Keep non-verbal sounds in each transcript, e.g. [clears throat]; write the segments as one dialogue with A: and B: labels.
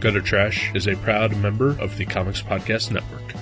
A: Gutter Trash is a proud member of the Comics Podcast Network.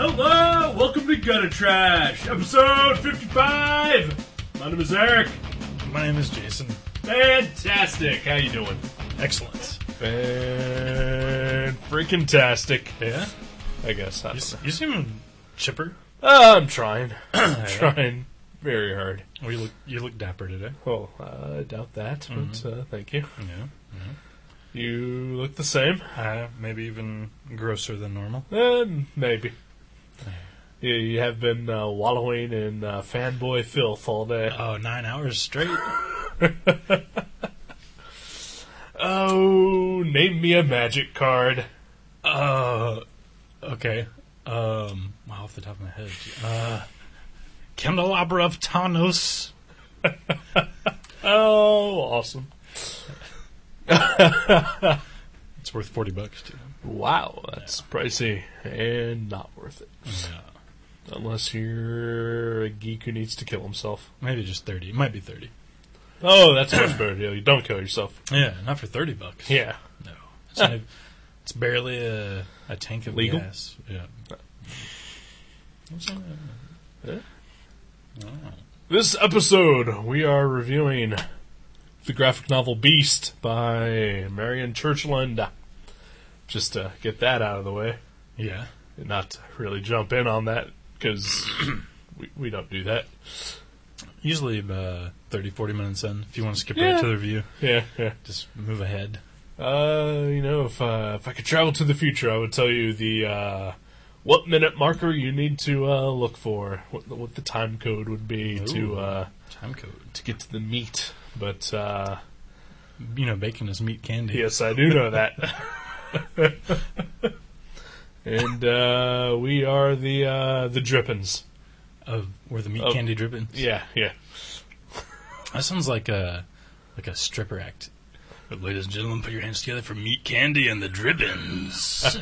B: Hello, welcome to Gutter Trash, episode 55. My name is Eric.
C: My name is Jason.
B: Fantastic. How you doing?
C: Excellent.
B: Fan freaking tastic.
C: Yeah?
B: I guess. I
C: You,
B: don't know.
C: you seem
B: [clears throat]
C: chipper.
B: Uh, I'm trying. I'm trying very hard.
C: Well, you look you look dapper today.
B: Well, I doubt that, but uh, thank you.
C: Yeah.
B: You look the same.
C: Uh, maybe even grosser than normal.
B: Uh, maybe. You, you have been uh, wallowing in uh, fanboy filth all day.
C: Oh, nine hours straight.
B: [laughs] Oh, name me a magic card.
C: uh, okay. Um, wow, off the top of my head. Uh, Candelabra of Tanos.
B: Oh, awesome.
C: It's worth 40 bucks, too.
B: Wow, that's pricey and not worth it.
C: Yeah.
B: Unless you're a geek who needs to kill himself.
C: Maybe just 30. It might be 30.
B: Oh, that's a much better deal. You don't kill yourself.
C: Yeah, not for 30 bucks.
B: Yeah.
C: No. It's, not even- it's barely a, a tank of
B: Legal?
C: gas. Yeah. What's that?
B: Yeah.
C: I don't know.
B: This episode, we are reviewing the graphic novel Beast by Marion Churchland. Just to get that out of the way.
C: Yeah.
B: And not to really jump in on that, because we, we don't do that.
C: Usually uh, 30, 40 minutes in. If you want to skip
B: Yeah.
C: right to the review,
B: Yeah, yeah.
C: just move ahead.
B: Uh, you know, if uh, if I could travel to the future, I would tell you the uh, what minute marker you need to uh, look for, what the, what the time code would be
C: Ooh.
B: to uh,
C: Time code.
B: to get to the meat. But uh,
C: You know, bacon is meat candy.
B: yes, I do know that. [laughs] and uh, we are the uh, the drippins.
C: Of where the meat
B: Of-
C: candy dripping.
B: Yeah, yeah.
C: That sounds like a like a stripper act. But ladies and gentlemen, put your hands together for meat candy and
B: [laughs]
C: the drippings.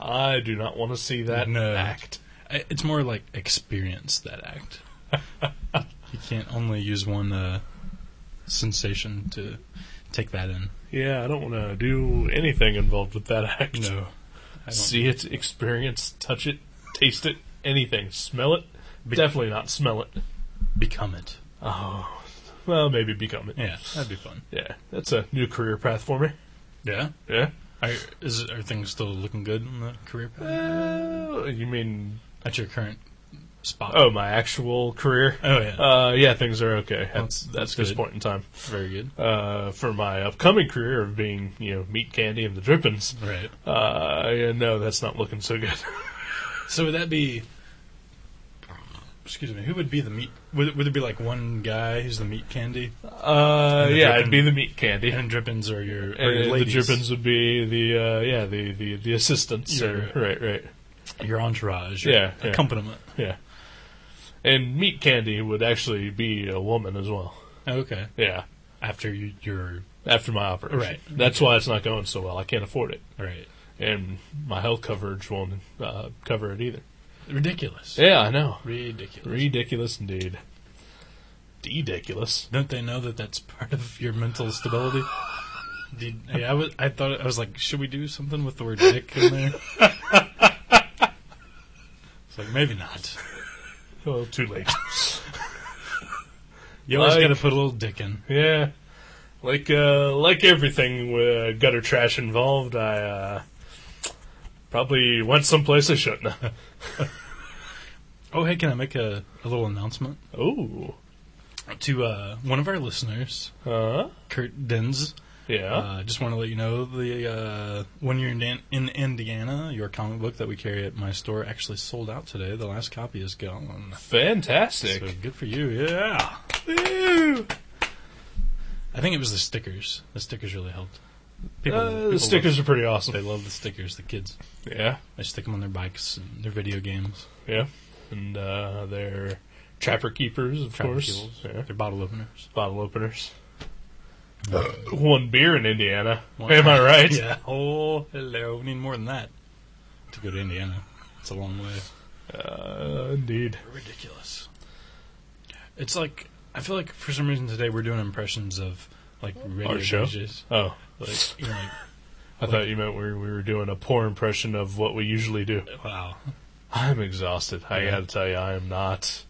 B: I do not want to see that
C: No.
B: act.
C: I- it's more like experience that act.
B: [laughs]
C: you can't only use one uh, sensation to take that in.
B: Yeah, I don't want to do anything involved with that act.
C: No. I
B: [laughs]
C: don't-
B: see it, experience, touch it, taste it, anything, smell it.
C: Be-
B: Definitely not smell it.
C: Become it.
B: Oh, well, maybe become it.
C: Yeah, that'd be fun.
B: Yeah, that's a new career path for me.
C: Yeah.
B: Yeah.
C: Are, is are things still looking good on the career path
B: Uh, you mean?
C: at your current spot?
B: Oh, my actual career.
C: oh yeah,
B: Uh, yeah, things are okay at,
C: That's-
B: at
C: that's
B: this
C: good.
B: point in time.
C: very good.
B: Uh, for my upcoming career of being, you know, meat candy and the drippings,
C: Right.
B: uh, yeah, no, that's not looking so good. [laughs]
C: So would that be? Excuse me. Who would be the meat? Would, would it be like one guy who's the meat candy,
B: Uh,
C: And the
B: yeah,
C: drippin'-
B: I'd be the meat candy.
C: and drippins are your, are
B: And
C: your
B: Uh, the
C: ladies,
B: Drippins would be the uh, yeah the the the assistants or,
C: Your-
B: right right
C: your entourage, your
B: Yeah, yeah.
C: accompaniment.
B: yeah, and meat candy would actually be a woman as well.
C: Okay.
B: Yeah,
C: After you, your
B: after my operation,
C: Right.
B: That's why it's not going so well. I can't afford it,
C: right,
B: and my health coverage won't uh, cover it either.
C: ridiculous,
B: Yeah, I know.
C: ridiculous.
B: Ridiculous indeed. Ridiculous.
C: Don't they know that that's part of your mental stability? Did, yeah, I, was, I thought I was like, should we do something with the word dick in there? it's like maybe not.
B: Well, too late. [laughs]
C: You always
B: Like-
C: got to put a little dick in.
B: yeah, like uh, like everything with uh, gutter trash involved, I uh, probably went someplace I shouldn't. have.
C: Oh, hey, can I make a, a little announcement
B: Oh.
C: to uh, one of our listeners,
B: Huh?
C: Kurt Dins?
B: Yeah.
C: Uh, just want to let you know the uh, when you're in, Dan- in Indiana, your comic book that we carry at my store actually sold out today. The last copy is gone.
B: Fantastic.
C: So good for you, yeah.
B: yeah. Woo!
C: I think it was the stickers. The stickers really helped.
B: Uh, the
C: love-
B: stickers are pretty awesome.
C: they love the stickers. The kids.
B: Yeah,
C: They stick them on their bikes and their video games.
B: yeah. And uh, they're trapper keepers, of
C: Trapper
B: course.
C: keepers.
B: Yeah.
C: Their bottle openers.
B: Bottle openers. Uh, One beer in Indiana. Am I
C: Uh, One-
B: right?
C: Yeah. Oh, hello. We need more than that to go to Indiana. It's a long way.
B: Uh, indeed.
C: ridiculous. It's like I feel like for some reason today we're doing impressions of like radio
B: Our show?
C: DJs.
B: Oh,
C: Like, you know,
B: I thought you meant we, we were doing a poor impression of what we usually do.
C: like, [laughs] wow.
B: I'm exhausted. I
C: Yeah.
B: gotta tell you, I am not,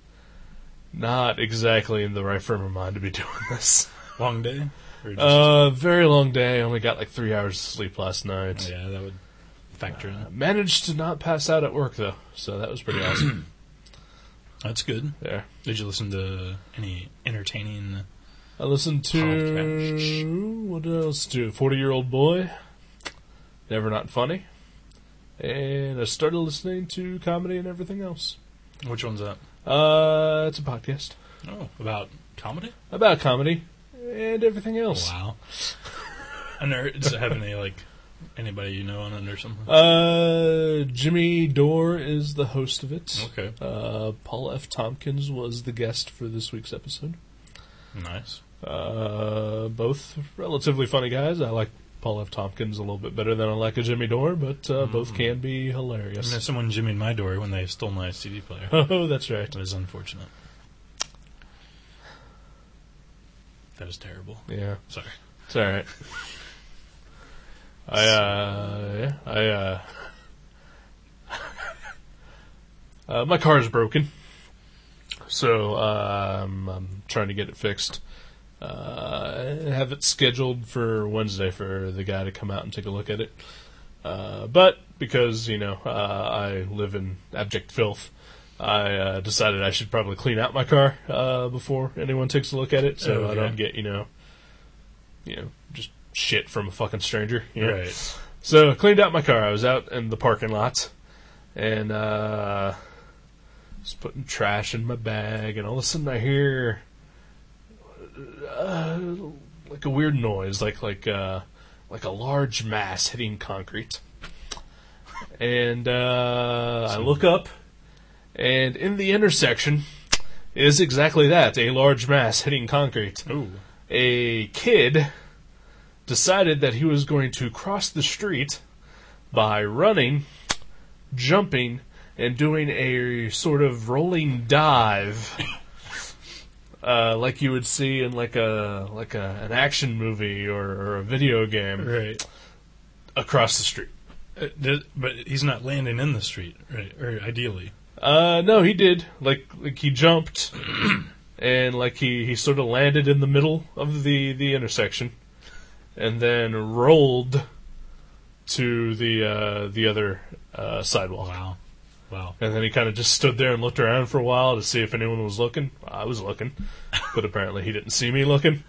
B: not exactly in the right frame of mind to be [laughs] doing this.
C: Long day? Or just-
B: Uh, very long day. Only got like three hours of sleep last night.
C: Oh, yeah, that would factor
B: Uh,
C: in.
B: managed to not pass out at work though, so that was pretty
C: [clears throat]
B: awesome.
C: That's good.
B: There,
C: Did you listen to any entertaining
B: I listened to
C: Podcast.
B: what else? To Forty Year Old Boy, Never Not Funny, and I started listening to comedy and everything else.
C: which one's that?
B: Uh, it's a podcast
C: Oh, about comedy?
B: about comedy and everything else.
C: Wow. A nerd does it have any like anybody you know on it or something?
B: Uh, Jimmy Dore is the host of it.
C: okay.
B: Uh, Paul F. Tompkins was the guest for this week's episode.
C: Nice.
B: Uh, both relatively funny guys. I like Paul F. Tompkins a little bit better than I like a Jimmy Dore, but uh, both can be
C: I know
B: hilarious.
C: someone jimmied my door when they stole my CD [laughs] player.
B: [laughs] Oh, that's right.
C: That is unfortunate. That is terrible.
B: Yeah,
C: Sorry.
B: it's all right. I uh, yeah, I uh, [laughs] uh, my car is broken, so um, I'm trying to get it fixed. Uh, I have it scheduled for Wednesday for the guy to come out and take a look at it. Uh, but because you know uh, I live in abject filth, I uh, decided I should probably clean out my car uh, before anyone takes a look at it, so I
C: Oh, okay.
B: don't get you know, you know, just shit from a fucking stranger. You know?
C: Right.
B: So I cleaned out my car. I was out in the parking lot, and uh, was putting trash in my bag, and all of a sudden I hear uh, like a weird noise, like like uh, like a large mass hitting concrete. And uh, I look up, and in the intersection is exactly that a large mass hitting concrete
C: Ooh.
B: a kid decided that he was going to cross the street by running, jumping, and doing a sort of rolling dive, uh, like you would see in like a like a, an action movie or, or a video game
C: Right.
B: across the street.
C: Uh, th- but he's not landing in the street, right? Or ideally.
B: Uh, no, he did. Like, like he jumped, [clears throat] and like he, he sort of landed in the middle of the the intersection, and then rolled to the uh, the other uh, sidewalk.
C: Wow. Wow.
B: And then he kind of just stood there and looked around for a while to see if anyone was looking. I was looking, [laughs] but apparently he didn't see me looking,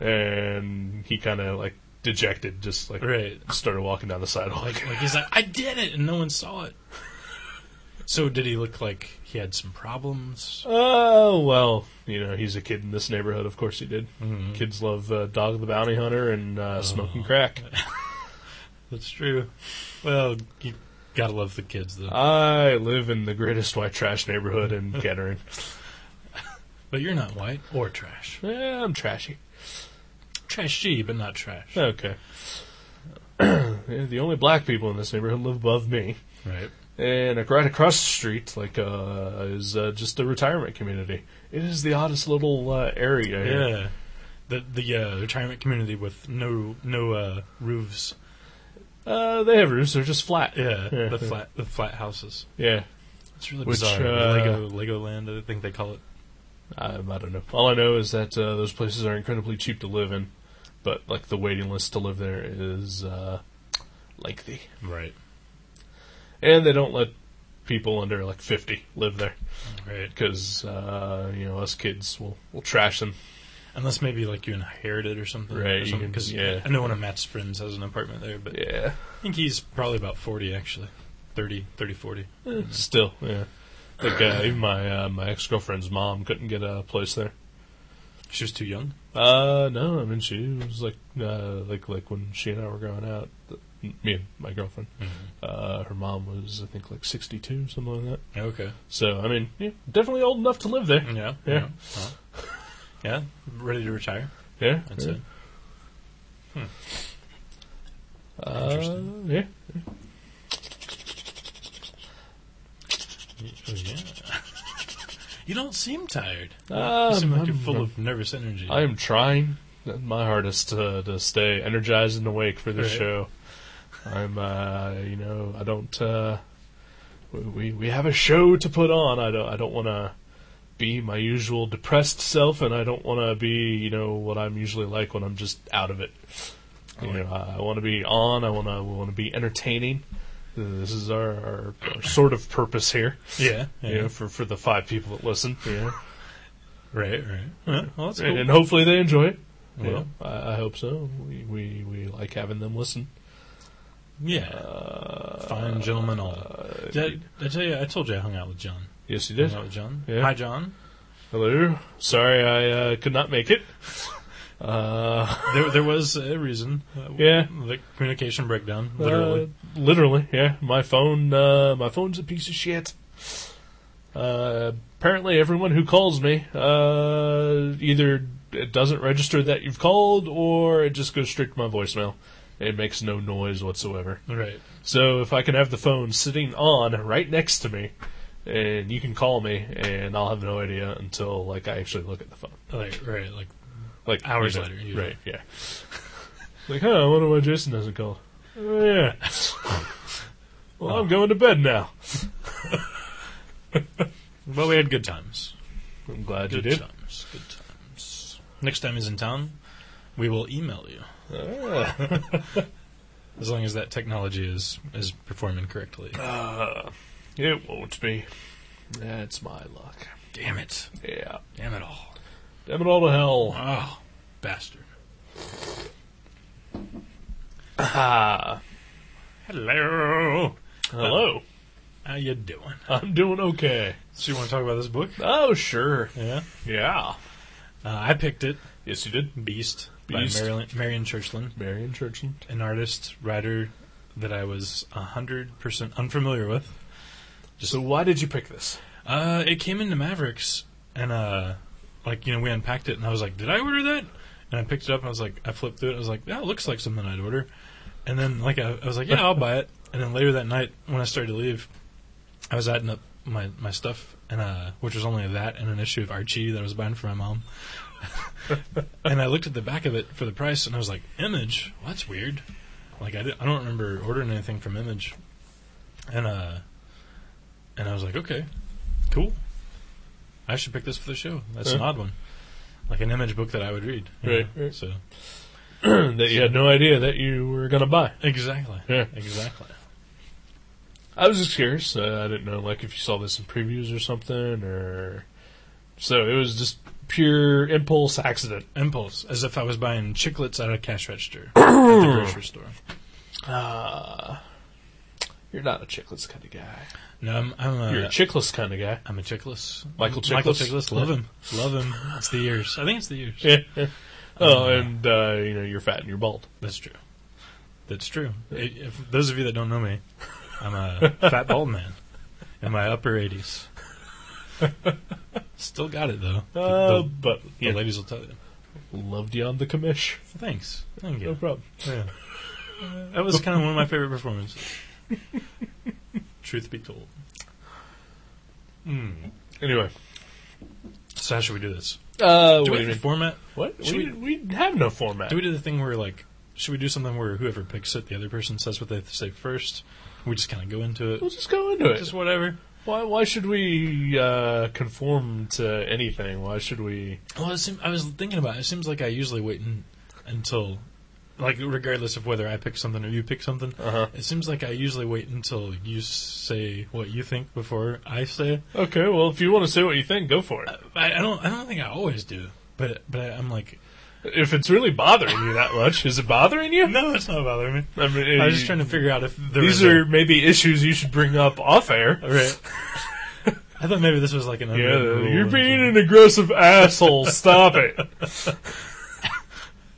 B: and he kind of like dejected, just like
C: Right.
B: started walking down the sidewalk. [laughs]
C: Like, like he's like, I did it, and no one saw it. So did he look like he had some problems?
B: Oh well, you know he's a kid in this neighborhood. Of course he did.
C: Mm-hmm.
B: Kids love uh, Dog the Bounty Hunter and
C: Oh.
B: uh, smoking crack.
C: That's true. Well, you gotta love the kids though.
B: I live in the greatest white trash neighborhood in
C: [laughs]
B: Kettering.
C: but you're not white or trash.
B: Eh, I'm trashy.
C: Trashy, but not trash.
B: Okay. [clears throat] Yeah, the only black people in this neighborhood live above me,
C: Right.
B: and like, right across the street, like uh, is uh, just a retirement community. It is the oddest little uh, area. here.
C: Yeah. The the uh, retirement community with no no uh, roofs.
B: Uh, they have roofs. They're just flat.
C: Yeah,
B: Yeah.
C: the flat the flat houses.
B: Yeah.
C: It's really
B: Which,
C: bizarre.
B: uh,
C: Lego Legoland, I think they call it.
B: Um, I don't know. All I know is that uh, those places are incredibly cheap to live in, but like the waiting list to live there is uh, lengthy,
C: Right,
B: and they don't let people under like fifty live there
C: right.
B: because uh, you know us kids will will trash them.
C: Unless maybe like you inherit it or something,
B: Right, you can-
C: Because
B: yeah.
C: I know one of Matt's friends has an apartment there, but
B: Yeah,
C: I think he's probably about forty actually. 30, 30, 40.
B: Eh, still, yeah. Like uh, even my uh, my ex girlfriend's mom couldn't get a place there.
C: She was too young.
B: Uh, no, I mean she was like, uh, like, like when she and I were going out, th- me and my girlfriend. Uh, her mom was, I think, like sixty-two, something like that.
C: Okay.
B: So, I mean, yeah, definitely old enough to live there.
C: Yeah.
B: Yeah.
C: Well, yeah. Ready to retire.
B: Yeah,
C: That's
B: yeah.
C: it.
B: Uh, yeah.
C: Oh, yeah. [laughs] You don't seem tired.
B: Um,
C: You seem like you're
B: I'm-
C: full of nervous energy.
B: I am trying my hardest to, to stay energized and awake for this
C: Right.
B: show. I'm, uh, you know, I don't. Uh, we- we we have a show to put on. I don't. I don't want to be my usual depressed self, and I don't want to be, you know, what I'm usually like when I'm just out of it. You know, I, I want to be on. I want to want to be entertaining. This is our, our, our sort of purpose here,
C: Yeah. Yeah.
B: you know, for, for the five people that listen, you know.
C: Right. Right. Yeah, well, that's cool.
B: and, and hopefully they enjoy it.
C: Yeah.
B: Well, I, I hope so. We, we we like having them listen.
C: yeah. Fine gentlemen all.
B: Uh,
C: Did I, did I tell you? I told you I hung out with John.
B: yes, you
C: Hung
B: did.
C: out with John.
B: Yeah.
C: Hi, John.
B: Hello. Sorry, I uh, could not make it. Uh,
C: There, there was a reason. Uh,
B: Yeah.
C: The communication breakdown, [laughs] literally.
B: uh, literally, yeah. My phone, uh, my phone's a piece of shit. Uh, apparently, everyone who calls me uh, either it doesn't register that you've called, or it just goes straight to my voicemail. It makes no noise whatsoever.
C: right.
B: So if I can have the phone sitting on right next to me, and you can call me, and I'll have no idea until like I actually look at the phone,
C: Like, right. Like,
B: like
C: Hours
B: you know,
C: later, you
B: right? Yeah. [laughs] like, huh? I wonder why Jason doesn't call. Oh, yeah. [laughs] well,
C: Oh.
B: I'm going to bed now.
C: well, we had good times.
B: I'm glad
C: Good
B: you did.
C: times. Good times. Next time he's in town, we will email you.
B: Ah.
C: [laughs] As long as that technology is is performing correctly.
B: Uh, it won't be. That's my luck.
C: Damn it.
B: Yeah.
C: Damn it all.
B: Damn it all to hell.
C: Oh, bastard.
B: Ah.
C: Hello. Uh.
B: Hello.
C: How you doing?
B: I'm doing okay.
C: So you want to talk about this book?
B: Oh, sure.
C: Yeah.
B: Yeah.
C: Uh, I picked it.
B: Yes, you did.
C: Beast,
B: Beast.
C: by Marilyn, Marion Churchland,
B: Marion Churchland.
C: an artist, writer that I was 100% unfamiliar with.
B: So why did you pick this?
C: Uh, it came into Mavericks, and uh, like you know, we unpacked it, and I was like, "Did I order that?" And I picked it up, and I was like, I flipped through it, I was like, "That looks like something I'd order." And then like I, I was like, "Yeah, I'll buy it." And then later that night, when I started to leave, I was adding up my my stuff, and uh, which was only that and an issue of Archie that I was buying for my mom. [laughs] and I looked at the back of it for the price, and I was like, "Image? Well, that's weird." Like I, di- I don't remember ordering anything from Image, and uh, and I was like, "Okay, cool. I should pick this for the show. That's an
B: Yeah.
C: odd one, like an Image book that I would read." you
B: Right,
C: know?
B: right.
C: So
B: [clears throat] that you had no idea that you were going to buy.
C: exactly,
B: Yeah.
C: exactly.
B: I was just curious. Uh, I didn't know, like, if you saw this in previews or something, or so it was just pure impulse accident.
C: Impulse, as if I was buying chiclets out of a
B: [clears throat]
C: cash register at the grocery store.
B: Ah, you're not a chicklets kind of guy.
C: No, I'm, I'm a,
B: you're a chickless kind of guy.
C: I'm a Chickless.
B: Michael
C: Michael
B: Chiklis?
C: Chiklis. Love him. Love him. It's the years. I think it's the years. [laughs]
B: [laughs] oh, and uh, you know, you're fat and you're bald.
C: That's true. That's true. I- If those of you that don't know me,
B: [laughs]
C: I'm a fat bald man in my upper 80s. Still got it though. The-
B: Uh,
C: the,
B: but
C: the
B: yeah,
C: ladies will tell you.
B: loved you on the commish.
C: Thanks. Thank
B: No
C: you.
B: problem.
C: Yeah. [laughs] That was kind of one of my favorite performances. [laughs] Truth be told. Hmm.
B: Anyway,
C: So how should we do this?
B: uh, what
C: Do we
B: do you
C: have a
B: mean?
C: format?
B: What?
C: Should
B: We, we have no format.
C: Do we do the thing where like should we do something where whoever picks it, the other person says what they say first? We just kind of go into
B: We'll
C: it,
B: just go into it.
C: just whatever.
B: Why, why should we uh, conform to anything? Why should we?
C: Well, it seem, I was thinking about it. It seems like I usually wait un until, like, regardless of whether I pick something or you pick something.
B: Uh-huh.
C: It seems like I usually wait until you say what you think before I say.
B: Okay, well, if you want to say what you think, go for it.
C: I, I don't. I don't think I always do. But but I, I'm like,
B: If it's really bothering you that much, is it bothering you?
C: no, it's not bothering me.
B: I mean,
C: I
B: you-
C: was just trying to figure out if there
B: These
C: was
B: [laughs]
C: a-
B: are maybe issues you should bring up off air.
C: Right. I thought maybe this was like an
B: Yeah,
C: unwritten rule
B: you're
C: or
B: being an
C: something.
B: aggressive asshole. Stop it.
C: [laughs]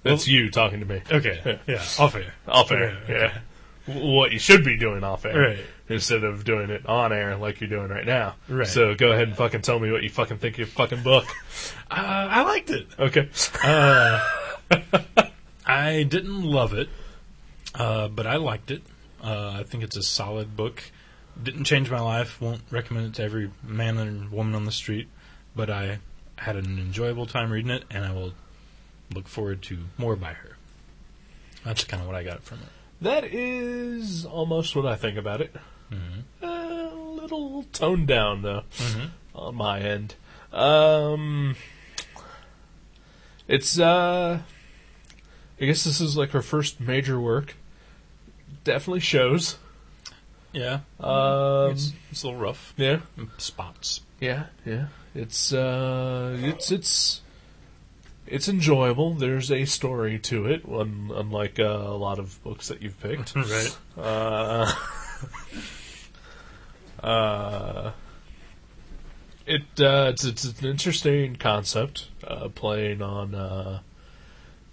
B: That's you talking to me.
C: okay. Yeah, off air.
B: Off air.
C: Okay, okay.
B: Yeah. W- What you should be doing off air.
C: Right.
B: Instead of doing it on air like you're doing right now.
C: Right.
B: So go ahead and fucking tell me what you fucking think of your fucking book.
C: Uh, I liked it.
B: Okay.
C: Uh, [laughs] I didn't love it, uh, but I liked it. Uh, I think it's a solid book. Didn't change my life. Won't recommend it to every man and woman on the street, but I had an enjoyable time reading it, and I will look forward to more by her. That's kind of what I got from it.
B: That is almost what I think about it.
C: Mm-hmm.
B: A little toned down, though, on my end. Um, it's, uh, I guess this is like her first major work. Definitely shows.
C: Yeah,
B: Um,
C: it's, it's a little rough.
B: yeah,
C: Spots.
B: yeah, yeah. It's, uh, it's, it's, it's enjoyable. There's a story to it, un- unlike uh, a lot of books that you've picked.
C: right.
B: Uh, [laughs] uh, it uh, it's, it's an interesting concept, uh, playing on uh,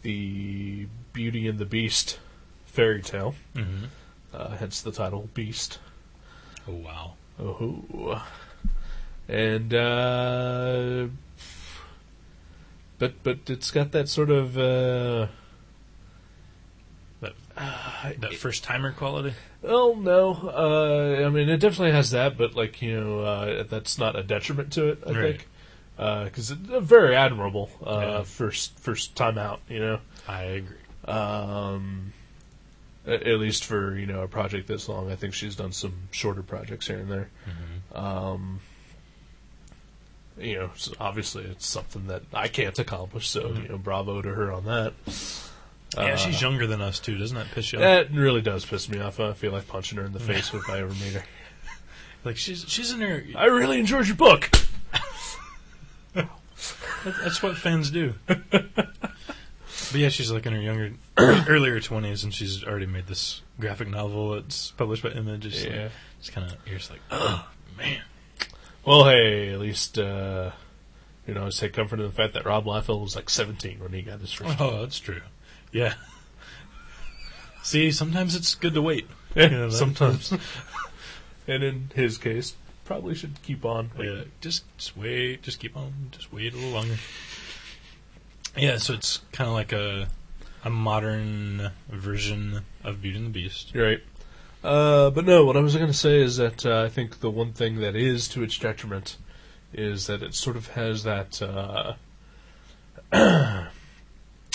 B: the Beauty and the Beast fairy tale,
C: hmm
B: uh, hence the title Beast.
C: Oh wow.
B: Oh, and uh, but but it's got that sort of uh,
C: That that first timer quality.
B: Oh no, uh, I mean it definitely has that, but like you know, uh, that's not a detriment to it. I
C: Right.
B: think because it's a very admirable uh,
C: Yeah.
B: first first time out. You know,
C: I agree.
B: um, a- at least for you know a project this long. I think she's done some shorter projects here and there.
C: Mm-hmm.
B: Um, you know, so obviously it's something that I can't accomplish. So
C: Mm-hmm.
B: you know, bravo to her on that.
C: Yeah,
B: Uh,
C: she's younger than us too. Doesn't that piss you off?
B: That really does piss me off. I feel like punching her
C: [laughs]
B: in the face if I ever meet her.
C: like she's she's in her.
B: I really enjoyed your book.
C: That- That's what fans do. [laughs] but yeah, she's like in her younger, [clears throat] earlier twenties, and she's already made this graphic novel. It's published by Image. It's yeah.
B: Yeah.
C: like, it's kind of you're just like, oh man,
B: Well, hey, at least uh, you know, I take comfort in the fact that Rob Liefeld was like 17 when he got his first.
C: oh that's true. Yeah. [laughs] See, sometimes it's good to wait.
B: Yeah,
C: know,
B: [laughs]
C: that-
B: sometimes. and in his case, probably should keep on.
C: Yeah, just just wait, just keep on, just wait a little longer. Yeah, so it's kind of like a a modern version of Beauty and the Beast.
B: You're right. Uh, but no, what I was going to say is that uh, I think the one thing that is to its detriment is that it sort of has that uh, [clears throat]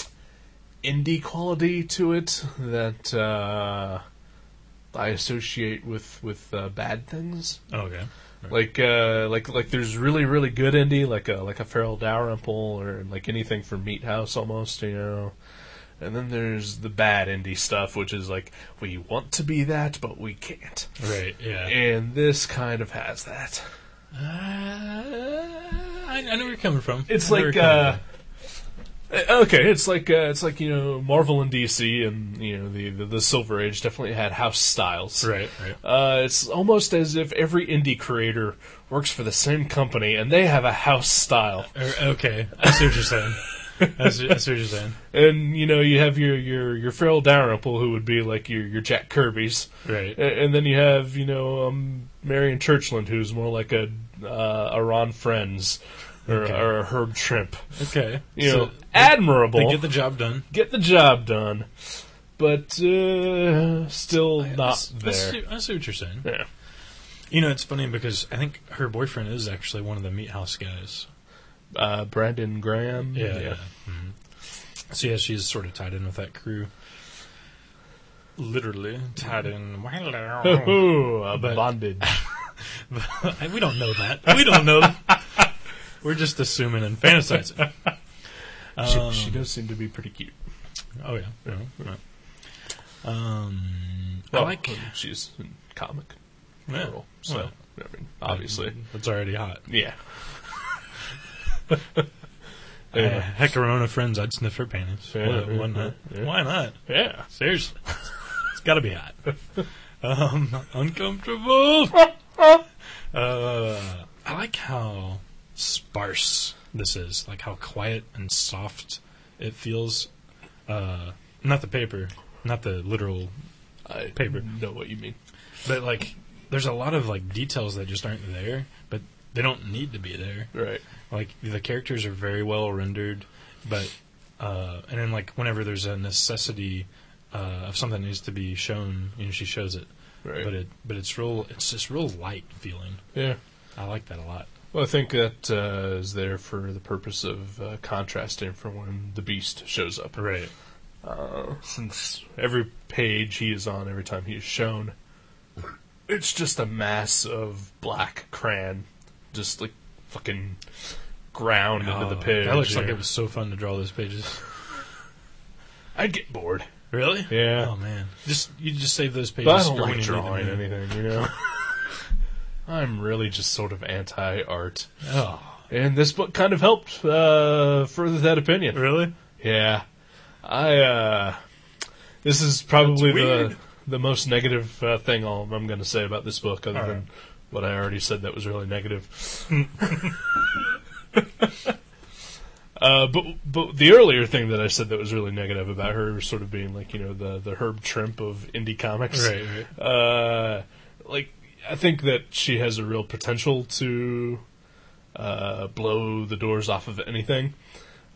B: indie quality to it that uh, I associate with with uh, bad things.
C: Oh, Okay.
B: Like uh, like like there's really really good indie like a like a Feral Dalrymple or like anything from Meat House almost you know, and then there's the bad indie stuff which is like we want to be that but we can't,
C: Right. Yeah.
B: and this kind of has that.
C: Uh, I, I know where you're coming from.
B: It's
C: I know
B: like
C: where you're
B: uh, Eh, okay, it's like uh, it's like you know Marvel and DC and you know the the, the Silver Age definitely had house styles,
C: coming from. right, right.
B: Uh, it's almost as if every indie creator works for the same company and they have a house style.
C: Er, okay, I see what you're saying. I see, I see what you're saying.
B: And you know you have your your your Farrell Dalrymple who would be like your your Jack Kirby's,
C: Right.
B: A- and then you have you know um, Marion Churchland who's more like a uh, a Ron Friends or,
C: Okay.
B: or a Herb Trimp.
C: Okay.
B: You
C: so
B: know, admirable.
C: they
B: Get
C: get
B: the,
C: the job done.
B: job done, but uh, still
C: I
B: not
C: see- I
B: there.
C: see, I see what you're saying.
B: Yeah.
C: You know, it's funny because I think her boyfriend is actually one of the meat house guys.
B: Uh, Brandon Graham.
C: Yeah. Mhm. So yeah, she's sort of tied in with that crew. Literally
B: [laughs]
C: tied in.
B: Ooh, a
C: But-
B: bondage.
C: [laughs] we don't know that. We don't know. that. [laughs] We're just assuming and fantasizing. [laughs] Um,
B: she, she does seem to be pretty cute.
C: Oh yeah. yeah, right. Um, I
B: Well,
C: like
B: she's a comic.
C: yeah,
B: girl, so
C: well,
B: I mean, obviously,
C: it's already hot.
B: [laughs]
C: [laughs]
B: yeah.
C: Uh,
B: yeah.
C: heck, Arona friends, I'd sniff her panties.
B: Yeah,
C: Why-
B: yeah,
C: why not?
B: yeah.
C: Why not?
B: yeah.
C: Seriously, [laughs] it's got to be [laughs] hot. Um, uncomfortable. [laughs] Uh, I like how sparse this is, like how quiet and soft it feels. Uh, not the paper, not the literal,
B: I
C: Paper.
B: know what you mean.
C: but like there's a lot of like details that just aren't there, but they don't need to be there.
B: Right.
C: Like the characters are very well rendered, but uh, and then like whenever there's a necessity uh, of something that needs to be shown, you know, she shows it.
B: Right.
C: But it but it's real. It's just real light feeling.
B: yeah.
C: I like that a lot.
B: Well, I think that uh, is there for the purpose of uh, contrasting for when the beast shows up.
C: Right.
B: Uh, since every page he is on, every time he is shown, it's just a mass of black crayon, just like fucking ground into the page.
C: Oh, That looks like
B: or-
C: it was so fun to draw those pages.
B: I'd get bored.
C: Really?
B: Yeah.
C: Oh man. Just you just save those pages.
B: But I don't
C: for when
B: like
C: you need them,
B: drawing
C: yeah.
B: anything, you know. [laughs] I'm really just sort of anti art,
C: Oh,
B: and this book kind of helped uh, further that opinion.
C: really?
B: Yeah, I. uh This is probably
C: That's
B: the
C: weird.
B: the most negative uh, thing I'll, I'm going to say about this book, other
C: All
B: than
C: right.
B: what I already said that was really negative. [laughs] Uh, but but the earlier thing that I said that was really negative about her was sort of being like you know the the Herb Trimp of indie comics,
C: Right. Right.
B: uh, like I think that she has a real potential to uh, blow the doors off of anything.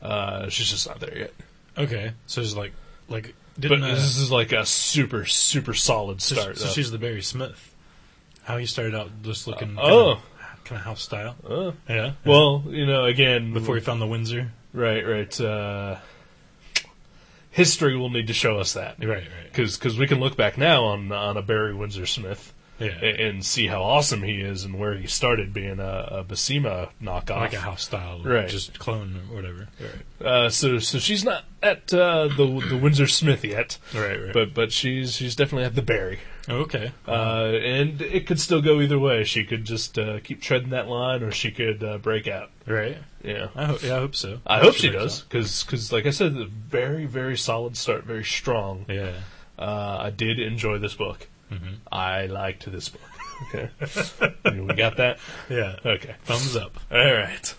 B: Uh, she's just not there yet.
C: Okay. So it's like like
B: But
C: didn't uh,
B: this is like a super super solid
C: so,
B: start.
C: so
B: though.
C: she's the Barry Smith. How he started out just looking.
B: oh.
C: Kind of house style.
B: Uh,
C: Yeah.
B: well, you know, again,
C: Before he found the Windsor.
B: right, right. Uh, history will need to show us that
C: Right. Right.
B: because we can look back now on on a Barry Windsor Smith.
C: Yeah.
B: a- And see how awesome he is, and where he started being a, a Basima knockoff,
C: like a house style,
B: Right.
C: Just clone or whatever. Right.
B: Uh, so so she's not at uh, the the Windsor Smith yet,
C: Right. Right.
B: but but she's she's definitely at the Barry,
C: oh, okay.
B: uh, and it could still go either way. She could just uh, keep treading that line, or she could uh, break out.
C: Right.
B: Yeah,
C: I hope. Yeah. I hope so.
B: I hope she
C: breaks
B: does, because like I said, a very very solid start, very strong.
C: out. Yeah.
B: Uh, I did enjoy this book.
C: Mhm.
B: I liked this book. [laughs] Okay, we got that.
C: Yeah.
B: Okay,
C: Thumbs up.
B: all right.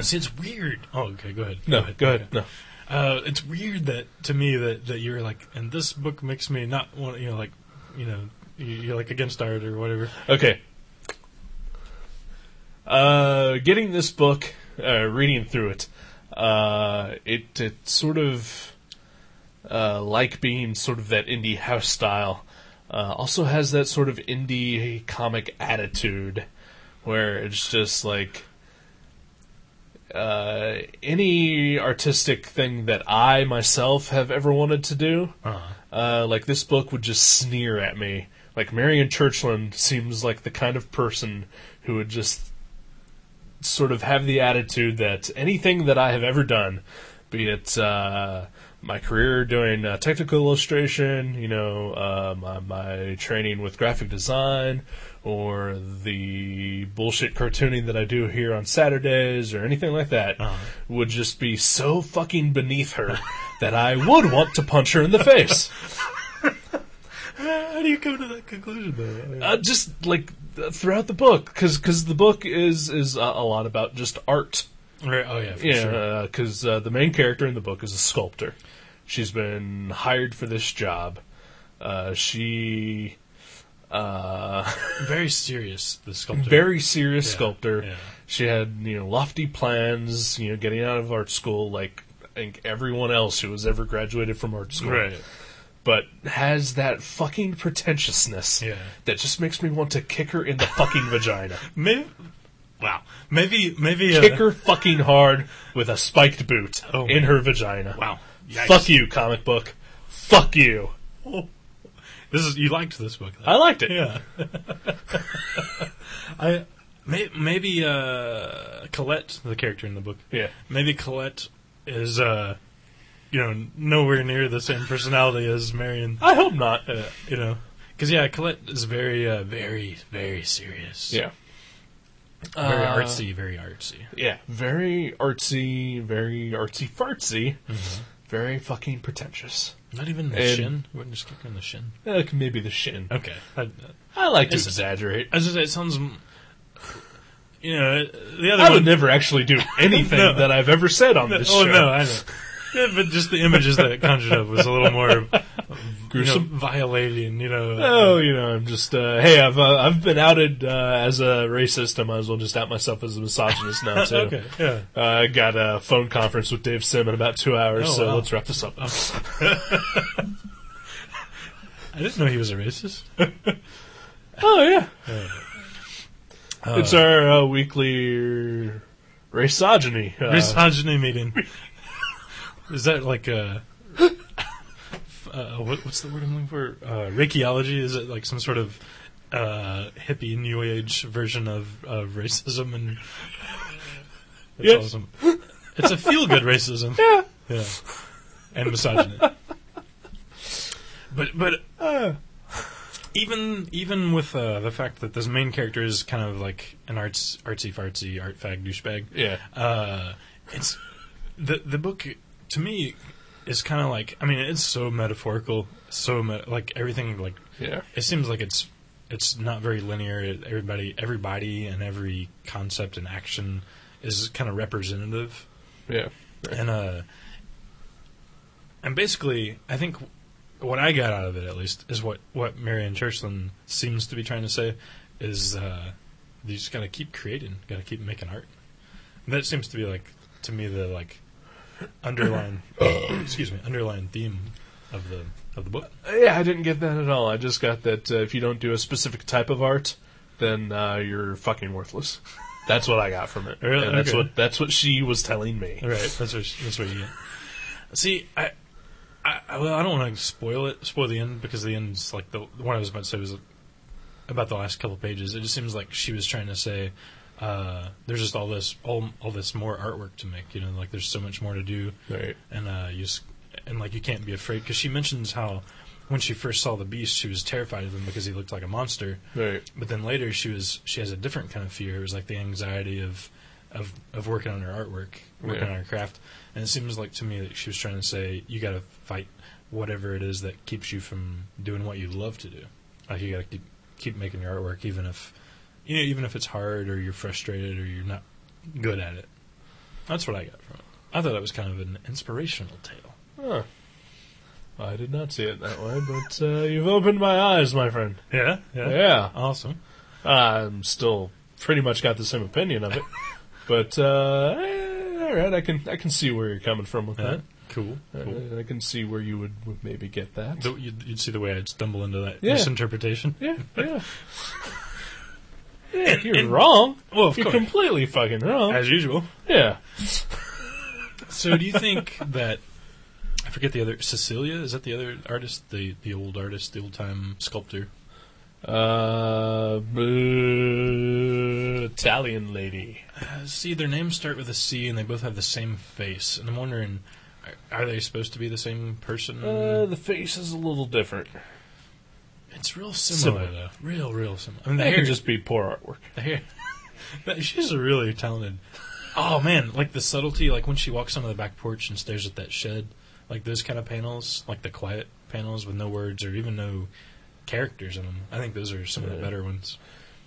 C: See, it's weird. Oh, okay. Go ahead.
B: No, go ahead. No,
C: Uh, it's weird that to me that, that you're like, and this book makes me not want you know like, you know, you- you're like against art or whatever.
B: Okay. Uh, getting this book, uh, reading through it, uh, it, it sort of, uh, like being sort of that indie house style, uh, also has that sort of indie comic attitude where it's just like, uh, any artistic thing that I myself have ever wanted to do,
C: Uh-huh.
B: uh, like this book would just sneer at me. Like Marion Churchland seems like the kind of person who would just sort of have the attitude that anything that I have ever done, be it uh, my career doing uh, technical illustration, you know, uh, my, my training with graphic design, or the bullshit cartooning that I do here on Saturdays, or anything like that,
C: Uh-huh.
B: would just be so fucking beneath her [laughs] that I would want to punch her in the face.
C: How do you come to that conclusion though?
B: uh, just like th- throughout the book because the book is is uh, a lot about just art
C: right. Oh yeah. For Sure.
B: yeah because uh, the main character in the book is a sculptor she's been hired for this job uh, she uh, [laughs]
C: Very serious. The sculptor.
B: very serious
C: Yeah,
B: sculptor
C: yeah.
B: she had you know lofty plans you know getting out of art school like I think everyone else who has ever graduated from art school
C: Right.
B: but has that fucking pretentiousness
C: Yeah.
B: that just makes me want to kick her in the fucking vagina
C: Maybe. Wow. Maybe. Maybe. Uh,
B: kick her fucking hard with a spiked boot
C: Oh,
B: in
C: man.
B: her vagina.
C: Wow. Yikes.
B: Fuck you, comic book. Fuck you.
C: This is you liked this book. Though.
B: I liked it.
C: yeah. [laughs] I. May, maybe uh, Colette, the character in the book,
B: Yeah.
C: Maybe Colette is, uh, you know, nowhere near the same personality as Marion.
B: I hope not.
C: Uh, you know, because yeah, Colette is very, uh, very, very serious.
B: yeah.
C: very
B: Uh,
C: artsy, very artsy.
B: Yeah. Very artsy, very artsy fartsy, very fucking pretentious.
C: Not even the
B: and-
C: shin. Wouldn't just kick her in the shin.
B: Like Uh, maybe the shin.
C: Okay. I,
B: I like to
C: It's-
B: exaggerate.
C: as I say, it sounds m- you know the other
B: I
C: one.
B: would never actually [laughs] do anything
C: No.
B: that I've ever said on this
C: oh
B: show.
C: no, I know. Yeah, but just the images that it conjured up was a little more you know,
B: Gruesome.
C: violating. You know,
B: Oh, you know, I'm just uh, hey, I've uh, I've been outed uh, as a racist. I might as well just out myself as a misogynist now [laughs] too.
C: okay, yeah.
B: I Uh, got a phone conference with Dave Sim in about two hours,
C: Oh,
B: so
C: wow.
B: let's wrap this up.
C: I didn't know he was a racist.
B: Oh yeah, it's our uh, weekly raceogyny. Uh,
C: Misogyny meeting. [laughs] Is that like a? Uh, what, what's the word I'm looking for? Uh, Reikiology? Is it like some sort of uh, hippie new age version of, of racism? And that's
B: Yes.
C: awesome. It's a feel good racism.
B: yeah.
C: Yeah. And misogyny. but but
B: Uh,
C: even even with uh, the fact that this main character is kind of like an arts artsy fartsy art fag douchebag,
B: yeah.
C: uh, it's the the book to me is kind of like I mean it's so metaphorical, so me- like everything like
B: Yeah.
C: it seems like it's it's not very linear. It- Everybody everybody and every concept and action is kind of representative
B: Yeah.
C: and uh and basically i think what i got out of it at least is what what marianne churchland seems to be trying to say is uh you just gotta keep creating gotta keep making art and that seems to be like to me the like underlying [coughs] excuse me underlying theme of the of the book
B: Uh, Yeah, I didn't get that at all. I just got that uh, if you don't do a specific type of art, then uh, you're fucking worthless. [laughs] That's what I got from it.
C: Really?
B: And that's
C: Okay.
B: what that's what she was telling me.
C: All right, that's what that's what you get. See, I, I I- well, I don't want to spoil it, spoil the end because the end's like the the one I was about to say was about the last couple pages. It just seems like she was trying to say uh, there's just all this all all this more artwork to make. You know, like there's so much more to do,
B: Right.
C: and uh, you s- and like you can't be afraid because she mentions how when she first saw the beast, she was terrified of him because he looked like a monster
B: Right.
C: but then later she was she has a different kind of fear. It was like the anxiety of of of working on her artwork, working
B: Yeah.
C: on her craft. And it seems like to me that she was trying to say you got to fight whatever it is that keeps you from doing what you love to do. Like you got to keep keep making your artwork even if you know even if it's hard or you're frustrated or you're not good at it. That's what I got from it. I thought it was kind of an inspirational tale.
B: Huh. I did not see it that way, but uh, you've opened my eyes, my friend.
C: Yeah,
B: Yeah.
C: Awesome.
B: I'm Um, still pretty much got the same opinion
C: [laughs]
B: of it, but uh, eh, all right, I can I can see where you're coming from with
C: Yeah.
B: that.
C: Cool. Cool.
B: Uh, I can see where you would, would maybe get that.
C: The- you'd, you'd see the way I'd stumble into that
B: Yeah.
C: misinterpretation.
B: Yeah,
C: [laughs]
B: yeah. yeah you're
C: and-
B: wrong.
C: Well, of
B: You're
C: course.
B: completely fucking wrong.
C: As usual.
B: yeah.
C: So do you think that I forget the other Cecilia is that the other artist the the old artist the old time sculptor
B: Uh, boo, Italian lady.
C: uh, see their names start with a C and they both have the same face and I'm wondering are, are they supposed to be the same person
B: Uh, the face is a little different.
C: it's real similar,
B: similar.
C: though real real similar I mean the
B: That
C: hair
B: could just be poor artwork.
C: the hair But [laughs] she's a really talented oh man like the subtlety like when she walks onto the back porch and stares at that shed like those kind of panels like the quiet panels with no words or even no characters in them I think those are some of the
B: Yeah.
C: better ones.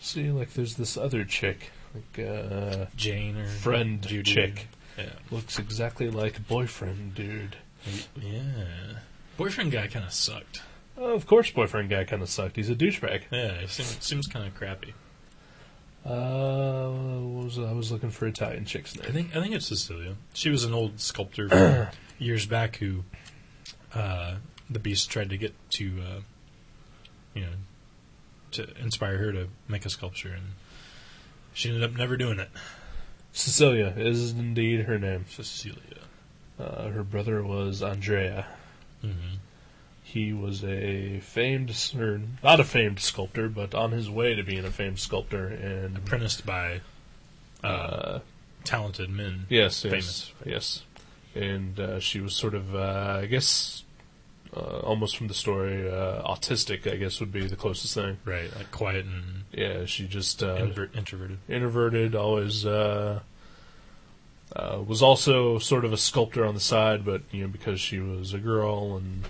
B: See, like there's this other chick, like uh,
C: Jane or
B: friend
C: Judy.
B: chick,
C: Yeah.
B: looks exactly like boyfriend dude.
C: Yeah. Boyfriend guy kind of sucked.
B: of course, boyfriend guy kind of sucked. He's a douchebag.
C: Yeah, he seems, seems kind of crappy.
B: Uh, what was I was looking for Italian chicks
C: I
B: name.
C: think I think it's Cecilia. She was an old [clears throat] sculptor from years back who uh, the Beast tried to get to, uh, you know, to inspire her to make a sculpture, and she ended up never doing it.
B: Cecilia is indeed her name.
C: Cecilia.
B: Uh, her brother was Andrea.
C: hmm
B: He was a famed, or not a famed sculptor, but on his way to being a famed sculptor. And
C: Apprenticed by
B: uh,
C: talented men.
B: yes, yes,
C: Famous.
B: yes. And uh, she was sort of, uh, I guess, uh, almost from the story, uh, autistic. I guess would be the closest thing.
C: Right, like quiet and
B: Yeah, she just uh,
C: inver- introverted.
B: introverted, always uh, uh, was also sort of a sculptor on the side, but you know because she was a girl and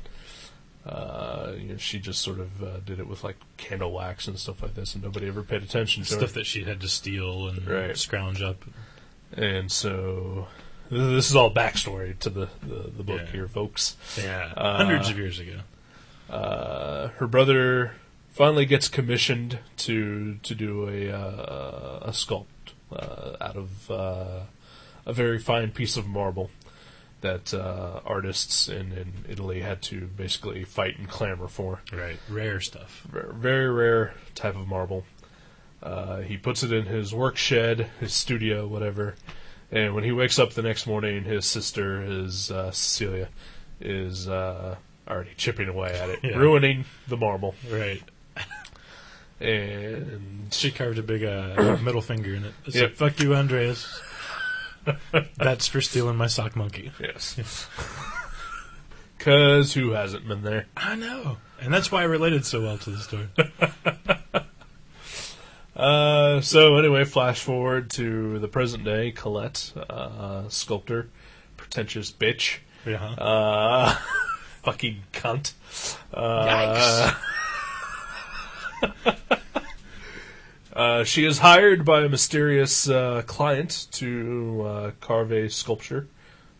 B: Uh, you know, she just sort of uh, did it with like candle wax and stuff like this, and nobody ever paid attention to her.
C: Stuff that she had to steal and
B: Right.
C: scrounge up.
B: And so th- this is all backstory to the the, the book
C: Yeah.
B: here, folks.
C: Yeah,
B: Uh,
C: hundreds of years ago.
B: Uh, her brother finally gets commissioned to to do a uh, a sculpt uh, out of uh, a very fine piece of marble that uh, artists in, in Italy had to basically fight and clamor for.
C: Right, rare stuff.
B: Ver- very rare type of marble. Uh, he puts it in his work shed, his studio, whatever. And when he wakes up the next morning, his sister, his uh, Cecilia, is uh, already chipping away at it,
C: Yeah.
B: ruining the marble.
C: Right.
B: And
C: She carved a
B: [clears throat]
C: big uh, middle finger in it. It's
B: Yep.
C: like, fuck you, Andreas. [laughs] That's for stealing my sock monkey.
B: yes, because who hasn't been there?
C: I know. And that's why I related so well to the
B: [laughs]
C: story.
B: Uh, so anyway, flash forward to the present day. Colette, uh, sculptor, pretentious bitch.
C: Yeah.
B: Uh, [laughs] fucking cunt. Uh, uh, she is hired by a mysterious uh, client to uh, carve a sculpture,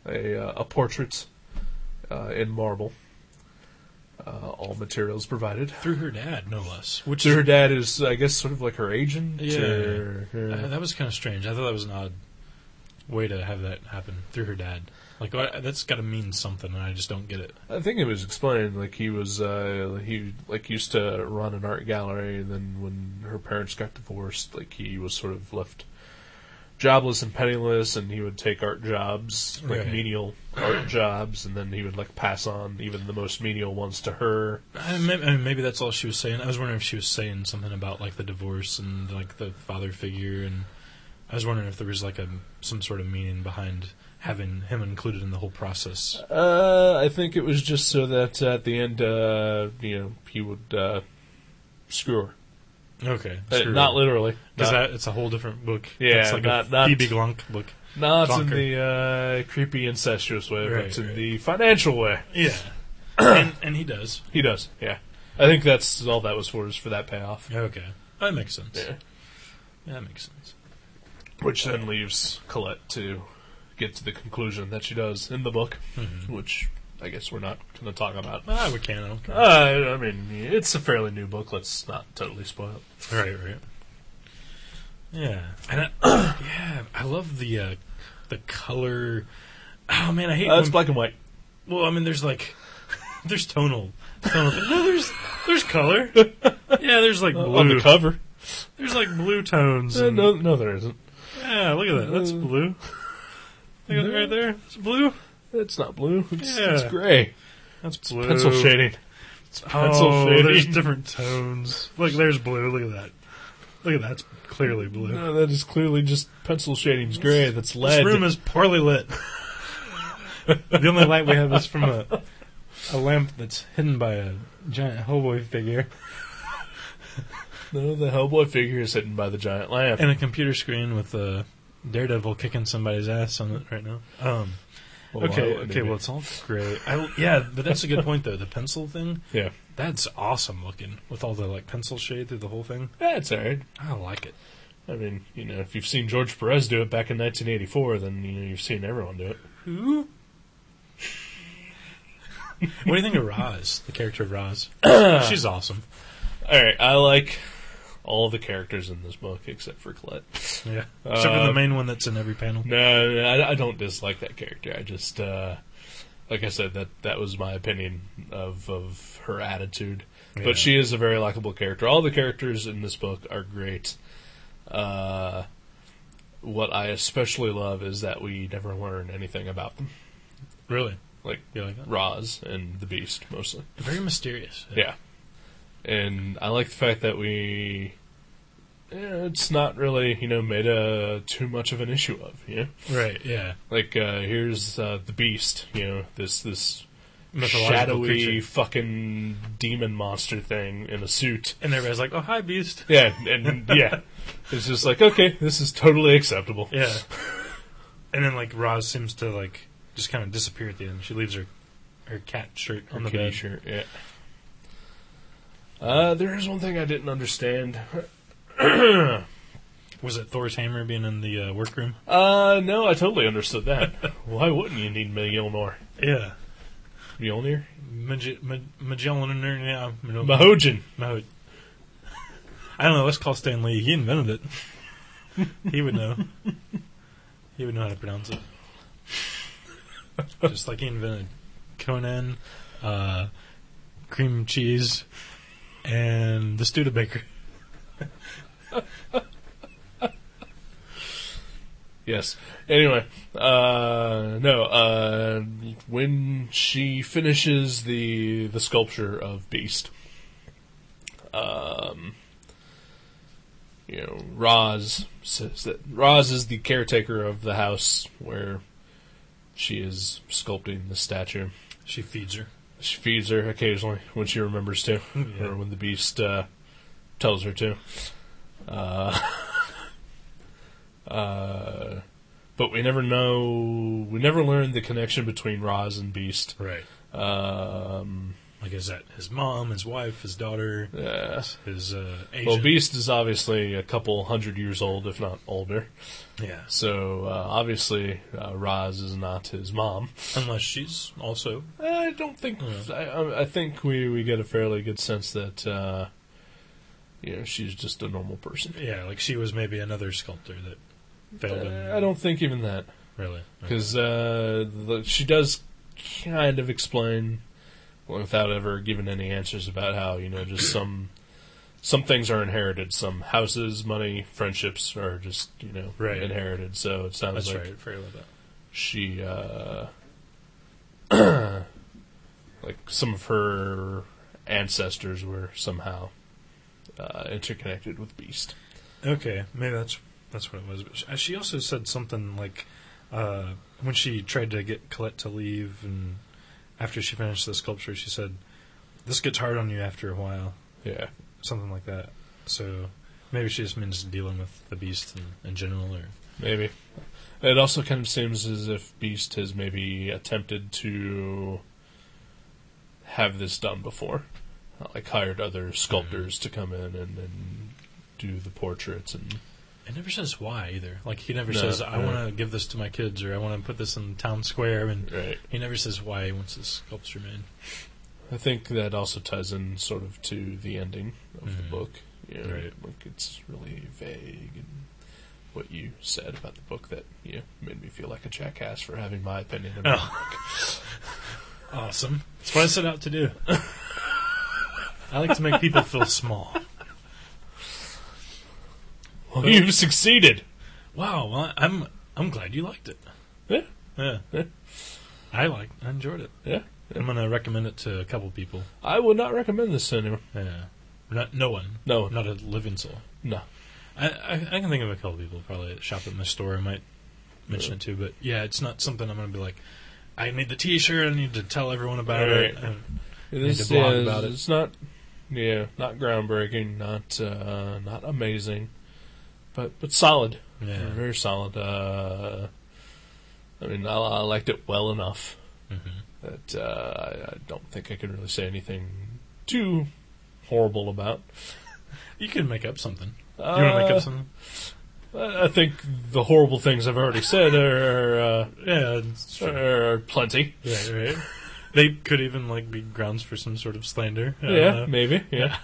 B: a, uh, a portrait uh, in marble. Uh, all materials provided.
C: Through her dad, no less. Which
B: So
C: is,
B: her dad is, I guess, sort of like her agent.
C: Yeah.
B: or her-
C: uh, that was kind of strange. I thought that was an odd way to have that happen through her dad. Like I, that's got to mean something, and I just don't get it.
B: I think it was explained like he was uh, he like used to run an art gallery, and then when her parents got divorced, like he was sort of left jobless and penniless, and he would take art jobs, like
C: Right.
B: menial [clears throat] art jobs, and then he would like pass on even the most menial ones to her.
C: I mean, Uh, I mean, maybe that's all she was saying. I was wondering if she was saying something about like the divorce and like the father figure, and I was wondering if there was like a some sort of meaning behind having him included in the whole process.
B: Uh, I think it was just so that at the end, uh, you know, he would uh, screw her,
C: Okay,
B: Uh, not literally,
C: because
B: Not-
C: that it's a whole different book.
B: Yeah,
C: it's like
B: not-
C: a
B: not-
C: Phoebe Glunk book.
B: Not in
C: Donker.
B: the uh, creepy, incestuous way,
C: Right,
B: but in
C: right.
B: the financial way.
C: Yeah, [coughs] and, and he does.
B: He does, yeah. I think that's all that was for, is for that payoff.
C: Okay, that makes sense.
B: Yeah.
C: That makes sense.
B: Which then leaves Colette to get to the conclusion that she does in the book, which I guess we're not going to talk about.
C: Ah, we can. Hmm. I don't care.
B: Uh, I mean, it's a fairly new book. Let's not totally spoil it.
C: Right, right. Yeah, and I, [clears throat] yeah, I love the uh, the color. Oh man, I hate.
B: Uh,
C: when-
B: it's black and white.
C: well, I mean, there's like [laughs] there's tonal, tonal. no, there's there's color. Yeah, there's like
B: Uh,
C: blue.
B: on the cover.
C: there's like blue tones.
B: Uh,
C: and-
B: no, no, there isn't.
C: Yeah, look at that. That's
B: Uh,
C: blue. Look at that right there. It's blue.
B: It's not blue. It's,
C: Yeah.
B: it's gray.
C: That's blue.
B: Pencil shading.
C: It's
B: pencil
C: oh, There's
B: shading.
C: different tones. Look, there's blue. Look at that. Look at that. It's clearly blue.
B: No, that is clearly just pencil shading's gray. That's
C: This
B: lead.
C: room is poorly lit. the only light we have is from a a lamp that's hidden by a giant Hellboy figure
B: no, the Hellboy figure is hidden by the giant lamp.
C: and a computer screen with a daredevil kicking somebody's ass on it right now. Um,
B: Well, why
C: okay,
B: wouldn't it be?
C: okay, well it's all great. I, yeah, but that's a good point though. The pencil thing,
B: yeah.
C: that's awesome looking with all the like pencil shade through the whole thing.
B: Yeah, it's alright.
C: I like it.
B: I mean, you know, if you've seen George Perez do it back in 1984, then you know you've seen everyone do it.
C: Who? what do you think of Roz? The character of [coughs] Roz, she's awesome.
B: All right, I like all the characters in this book except for Colette.
C: Yeah, except for
B: Uh,
C: the main one that's in every panel.
B: No, no, I, I don't dislike that character. I just, uh, like I said, that that was my opinion of of her attitude.
C: Yeah.
B: But she is a very likable character. All the characters in this book are great. Uh, what I especially love is that we never learn anything about them,
C: Really?
B: like
C: You
B: [laughs]
C: like that?
B: Roz and the Beast mostly.
C: Very mysterious.
B: Yeah. And I like the fact that we. eh, It's not really, you know, made a, too much of an issue of, you know?
C: Right, yeah.
B: Like, uh, here's uh, the beast, you know, this this
C: Mythological
B: shadowy
C: creature.
B: fucking demon monster thing in a suit.
C: And everybody's like, oh,
B: [laughs]
C: hi, Beast.
B: Yeah, and yeah. It's just like, okay, this is totally acceptable.
C: Yeah. and then, like, Roz seems to, like, just kind of disappear at the end. She leaves her her cat shirt on the
B: Kitty
C: bed.
B: shirt, yeah. Uh, there is one thing I didn't understand.
C: Was it Thor's hammer being in the uh, workroom?
B: Uh, no, I totally understood
C: [laughs]
B: that. Why wouldn't you need Mjolnir?
C: Yeah.
B: Mjolnir?
C: Maj- Maj- Magellan. Yeah. Maho-
B: Mahogin.
C: Maho- I don't know. Let's call Stan Lee. He invented it. he would know. He would know how to pronounce it. Just like he invented Conan, uh, cream cheese, and the Studebaker.
B: Yes. Anyway, uh, no, uh, when she finishes the, the sculpture of Beast, um, you know, Roz says that Roz is the caretaker of the house where she is sculpting the statue.
C: She feeds her.
B: She feeds her occasionally when she remembers to,
C: Yeah.
B: or when the beast uh, tells her to. Uh, [laughs] uh, but we never know. We never learn the connection between Roz and Beast.
C: Right.
B: Um,
C: Like, is that his mom, his wife, his daughter,
B: uh,
C: his uh, agent?
B: well, Beast is obviously a couple hundred years old, if not older.
C: Yeah.
B: So uh, obviously, uh, Roz is not his mom.
C: Unless she's also.
B: I don't think.
C: Yeah.
B: I- I, I think we, we get a fairly good sense that uh, you know she's just a normal person.
C: Yeah, like she was maybe another sculptor that failed him.
B: Uh, I don't think even that
C: really.
B: because uh, the- she does kind of explain well, without ever giving any answers about how you know just some some things are inherited. Some houses, money, friendships are just you know
C: Right.
B: inherited. So it sounds
C: That's
B: like
C: right. Forget about that.
B: she uh [clears throat] like some of her ancestors were somehow uh, interconnected with Beast.
C: Okay, maybe that's that's what it was. But uh, she- she also said something like uh, when she tried to get Colette to leave, and after she finished the sculpture, she said, "This gets hard on you after a while,"
B: Yeah.
C: something like that. So maybe she just means dealing with the beast in, in general, or
B: Maybe. It also kind of seems as if Beast has maybe attempted to have this done before. Like hired other sculptors to come in and, and do the portraits and
C: It never says why either. Like he never
B: No,
C: says, "I
B: no.
C: want to give this to my kids" or "I want to put this in town square," and
B: right.
C: he never says why he wants this sculpture made.
B: I think that also ties in sort of to the ending of the
C: Mhm.
B: book. You know,
C: Right.
B: Like it's really vague and what you said about the book that you know, made me feel like a jackass for having my opinion about
C: awesome! That's what I set out to do. [laughs] I like to make people feel small.
B: it. Well, you've succeeded.
C: Wow, well, I'm I'm glad you liked it.
B: Yeah.
C: yeah.
B: Yeah.
C: I liked, I enjoyed it.
B: Yeah.
C: I'm gonna recommend it to a couple people.
B: I would not recommend this to anyone.
C: Yeah, not no one,
B: No, no,
C: not a living soul.
B: no.
C: I, I, I can think of a couple people probably that shop at my store. I might mention it too, but yeah, it's not something I'm going to be like. I need the T-shirt. I need to tell everyone about it.
B: Right.
C: And-
B: This
C: to blog
B: is-
C: about it.
B: It's not, yeah, not groundbreaking, not uh, not amazing, but but solid.
C: yeah.
B: Very solid. Uh, I mean, I, I liked it well enough.
C: Mhm.
B: that uh, I, I don't think I can really say anything too horrible about.
C: You can make up something. You want to
B: Uh,
C: make up something?
B: I I think the horrible things I've already said are,
C: Yeah, it's
B: uh,
C: true.
B: are plenty.
C: yeah, right. They could even like be grounds for some sort of slander. Uh, I don't
B: yeah,
C: know.
B: maybe.
C: [laughs]
B: Yeah.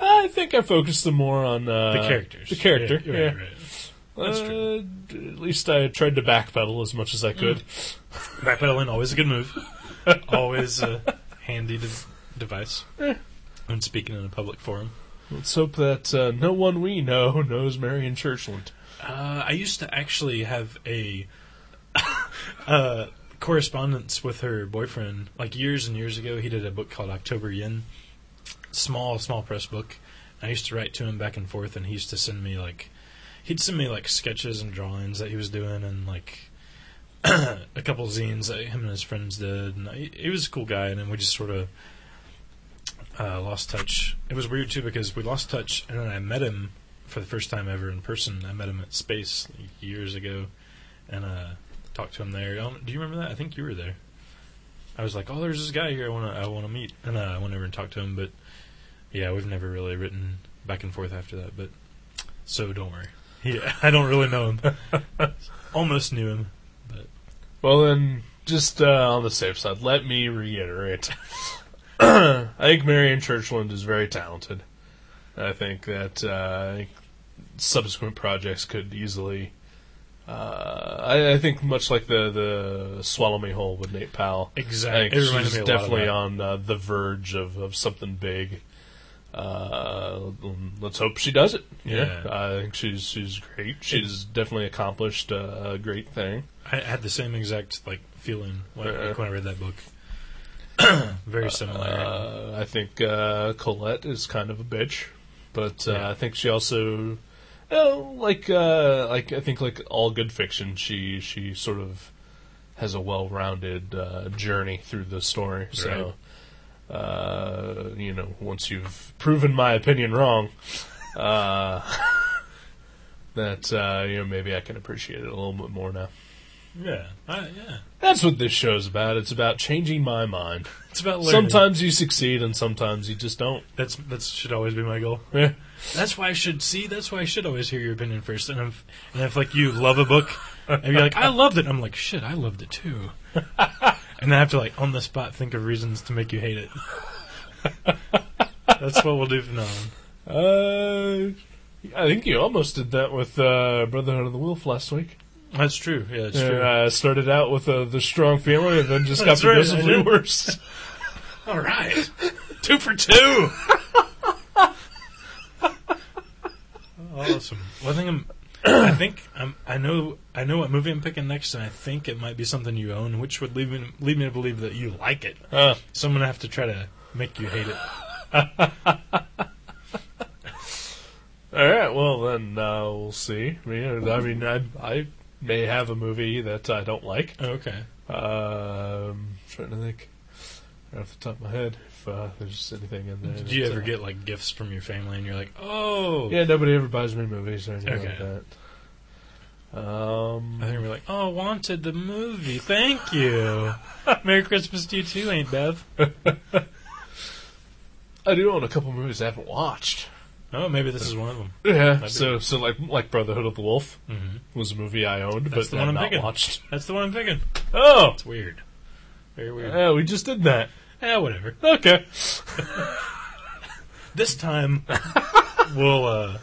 B: I think I focused them more on uh,
C: the characters.
B: The character.
C: Yeah,
B: Yeah,
C: you're right, That's
B: Uh, d- at least I tried to backpedal as much as I could.
C: right. Backpedaling always a good
B: [laughs]
C: move. always a handy de- device.
B: Eh.
C: When speaking in a public forum.
B: Let's hope that uh, no one we know [laughs] knows Marion Churchland.
C: Uh, I used to actually have a [laughs] uh, correspondence with her boyfriend. Like years and years ago, he did a book called October Yin, small small press book. I used to write to him back and forth, and he used to send me like he'd send me like sketches and drawings that he was doing, and like [clears throat] a couple zines that him and his friends did. And he, he was a cool guy, and then we just sort of uh, lost touch. It was weird too because we lost touch, and then I met him for the first time ever in person. I met him at Space like, years ago, and uh, talked to him there. Um, do you remember that? I think you were there. I was like, "Oh, there's this guy here. I want to. I want to meet." And uh, I went over and talked to him, but Yeah, we've never really written back and forth after that, but so don't worry. Yeah, I don't really know him. [laughs] Almost knew him, but
B: Well, then, just uh, on the safe side, let me reiterate. [coughs] I think Marion Churchland is very talented. I think that uh, I think subsequent projects could easily. Uh, I, I think much like the the Swallow Me Whole with Nate Powell, I
C: exactly.
B: think she's definitely on uh, the verge of, of something big. Uh, let's hope she does it.
C: Yeah.
B: I think she's she's great. She's definitely accomplished uh, a great thing.
C: I had the same exact like feeling when,
B: Uh-uh.
C: like, when I read
B: [clears throat]
C: that book. Very similar.
B: Uh, I think uh, Colette is kind of a bitch, but uh,
C: Yeah.
B: I think she also, oh, like uh, like I think like all good fiction, she she sort of has a well-rounded uh, journey through the story. So, uh, you know, once you've proven my opinion wrong. Uh, [laughs] That uh, you know, maybe I can appreciate it a little bit more now.
C: yeah, I, yeah.
B: That's what this show's about. It's about changing my mind.
C: It's about learning.
B: Sometimes you succeed and sometimes you just don't.
C: that's that should always be my goal.
B: Yeah.
C: That's why I should see. That's why I should always hear your opinion first. And if and if like you love a book, and you're like, I loved it. I'm like, shit, I loved it [laughs] too. and I have to like on the spot think of reasons to make you hate it. [laughs] That's what we'll do from now on.
B: Uh, I think you almost did that with uh, Brotherhood of the Wolf last week.
C: That's true. Yeah, it's
B: Yeah, uh, started out with uh, the strong feeling and then
C: [laughs]
B: just got
C: That's right, I
B: progressively
C: did. [laughs]
B: worse.
C: All right, two for two. awesome. Well, I think I'm. I think I'm, I know. I know what movie I'm picking next, and I think it might be something you own, which would lead me lead me to believe that you like it.
B: Uh,
C: So I'm gonna have to try to make you hate it.
B: all right, well then uh, we'll see. I mean, I, mean I, I may have a movie that I don't like.
C: Oh, Okay.
B: Um, trying to think right off the top of my head if uh, there's anything in there.
C: Do you
B: that's,
C: ever
B: uh,
C: get like gifts from your family, and you're like, oh?
B: Yeah, nobody ever buys me movies or anything
C: Okay.
B: like that. Um,
C: I think we're like, oh, Wanted the movie. Thank [laughs] you. Merry Christmas to you too, Aunt Bev.
B: I do own a couple movies I haven't watched.
C: Oh, maybe this is one of them.
B: Yeah.
C: do.
B: So so like like Brotherhood of the Wolf
C: Mm-hmm.
B: was a movie I owned,
C: That's
B: but
C: the one
B: I've
C: I'm
B: not
C: thinking.
B: watched.
C: That's the one I'm picking.
B: Oh,
C: It's weird. Very weird.
B: yeah, we just did that.
C: Yeah, whatever.
B: Okay.
C: This
B: [laughs]
C: time, we'll uh,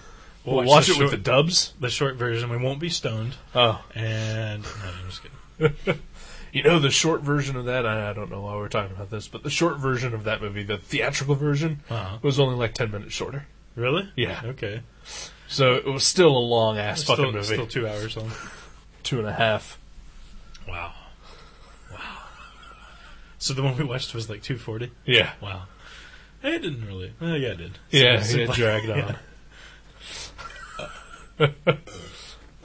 B: We'll, watch, it
C: short,
B: with the dubs.
C: the short version. We won't be stoned.
B: Oh,
C: And no, I'm just kidding.
B: you know the short version of that. I, I don't know why we're talking about this, but the short version of that movie, the theatrical version,
C: Uh-huh.
B: was only like ten minutes shorter.
C: Really?
B: Yeah.
C: Okay.
B: So it was still a long ass fucking
C: still,
B: movie,
C: still two hours long.
B: two and a half.
C: Wow. Wow. So the one we watched was like 240.
B: Yeah.
C: Wow. Eh, It didn't really. Well, yeah, it did.
B: Yeah,
C: So- [laughs] so
B: yeah,
C: like-
B: dragged on.
C: yeah.
B: [laughs]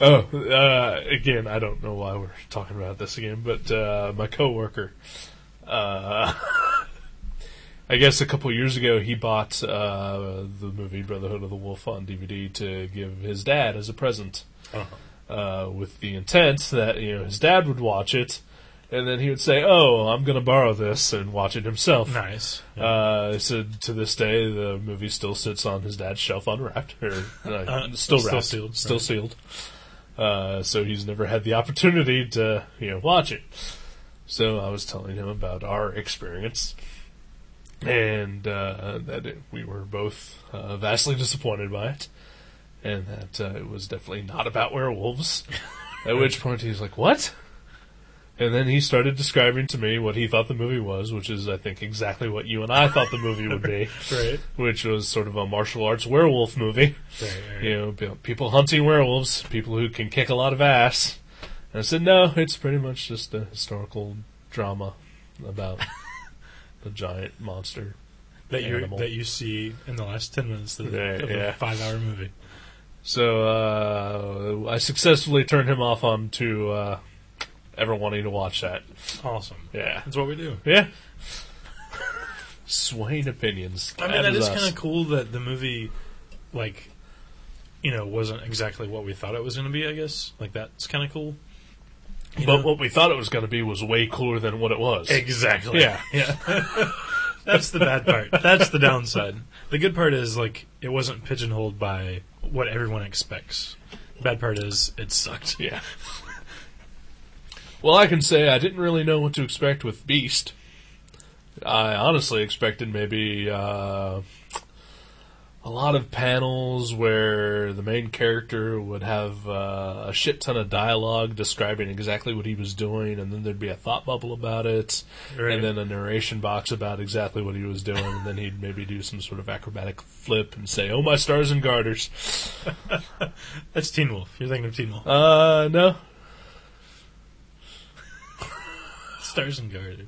B: Oh, uh, again, I don't know why we're talking about this again, but uh, my coworker, uh, [laughs] I guess a couple years ago, he bought uh, the movie Brotherhood of the Wolf on DVD to give his dad as a present,
C: Uh-huh.
B: uh, with the intent that you know his dad would watch it, and then he would say, "Oh, I'm going to borrow this and watch it himself."
C: Nice. Yeah.
B: Uh, so to this day, the movie still sits on his dad's shelf unwrapped, or uh,
C: Uh,
B: still
C: still
B: wrapped,
C: sealed,
B: still
C: right.
B: sealed. Uh, so he's never had the opportunity to you know watch it. So I was telling him about our experience, and uh, that it, we were both uh, vastly disappointed by it, and that uh, it was definitely not about
C: [laughs]
B: werewolves. At which point he's like, "What?" And then he started describing to me what he thought the movie was, which is, I think, exactly what you and I thought the movie would
C: [laughs]
B: be,
C: right.
B: which was sort of a martial arts werewolf movie.
C: Right. right.
B: You know, pe- people hunting werewolves, people who can kick a lot of ass. And I said, no, it's pretty much just a historical drama
C: [laughs]
B: about the giant monster.
C: That you
B: Animal.
C: that you see in the last ten minutes of the,
B: Right,
C: of
B: yeah.
C: the five hour movie.
B: So uh, I successfully turned him off on to uh, ever wanting to watch that.
C: Awesome.
B: Yeah.
C: That's what we do.
B: Yeah. [laughs] Swain opinions.
C: I mean, that is
B: us.
C: kind of cool that the movie, like, you know, wasn't exactly what we thought it was going to be. I guess like that's kind of cool. You
B: but
C: know?
B: what we thought it was going to be was way cooler than what it was.
C: exactly.
B: Yeah.
C: [laughs] yeah. That's the bad part. That's the downside. The good part is like it wasn't pigeonholed by what everyone expects. Bad part is it sucked.
B: Yeah. [laughs] well, I can say I didn't really know what to expect with Beast. I honestly expected maybe uh, a lot of panels where the main character would have uh, a shit ton of dialogue describing exactly what he was doing, and then there'd be a thought bubble about it,
C: Right.
B: and then a narration box about exactly what he was doing, and then he'd maybe do some sort of acrobatic flip and say, "Oh my stars and garters."
C: That's Teen Wolf. You're thinking of Teen Wolf.
B: Uh, no,
C: Stars and Garters.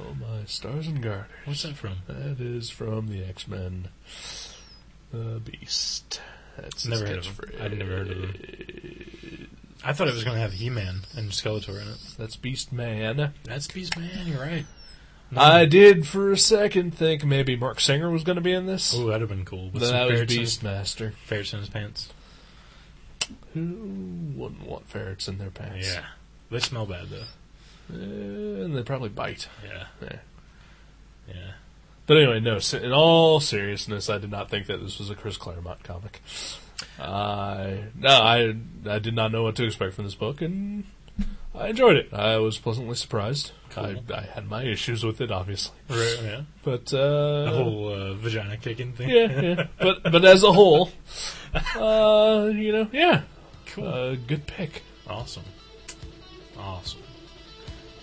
B: Oh my stars and garters.
C: What's that from?
B: That is from the X Men. The Beast. That's
C: Never heard
B: his
C: of
B: catchphrase.
C: him. I'd never heard of I thought it was going to have He-Man and Skeletor in it.
B: That's Beast Man.
C: That's Beast Man. You're right. Hmm.
B: I did for a second think maybe Mark Singer was going to be in this.
C: Oh, that'd have been cool.
B: But
C: some
B: that was
C: ferrets in his-
B: Beastmaster.
C: Ferrets in his pants.
B: Who wouldn't want ferrets in their pants?
C: Yeah. They smell bad though.
B: Uh, and they probably bite.
C: Yeah.
B: Yeah.
C: Yeah.
B: But anyway, no. se- In all seriousness, I did not think that this was a Chris Claremont comic. I no, I I did not know what to expect from this book, and I enjoyed it. I was pleasantly surprised.
C: Cool.
B: I, I had my issues with it, obviously,
C: Right. Yeah.
B: but
C: The
B: uh,
C: whole uh, vagina kicking thing.
B: yeah, yeah. But but as a whole, uh, you know, yeah,
C: Cool.
B: uh, good pick.
C: Awesome. Awesome.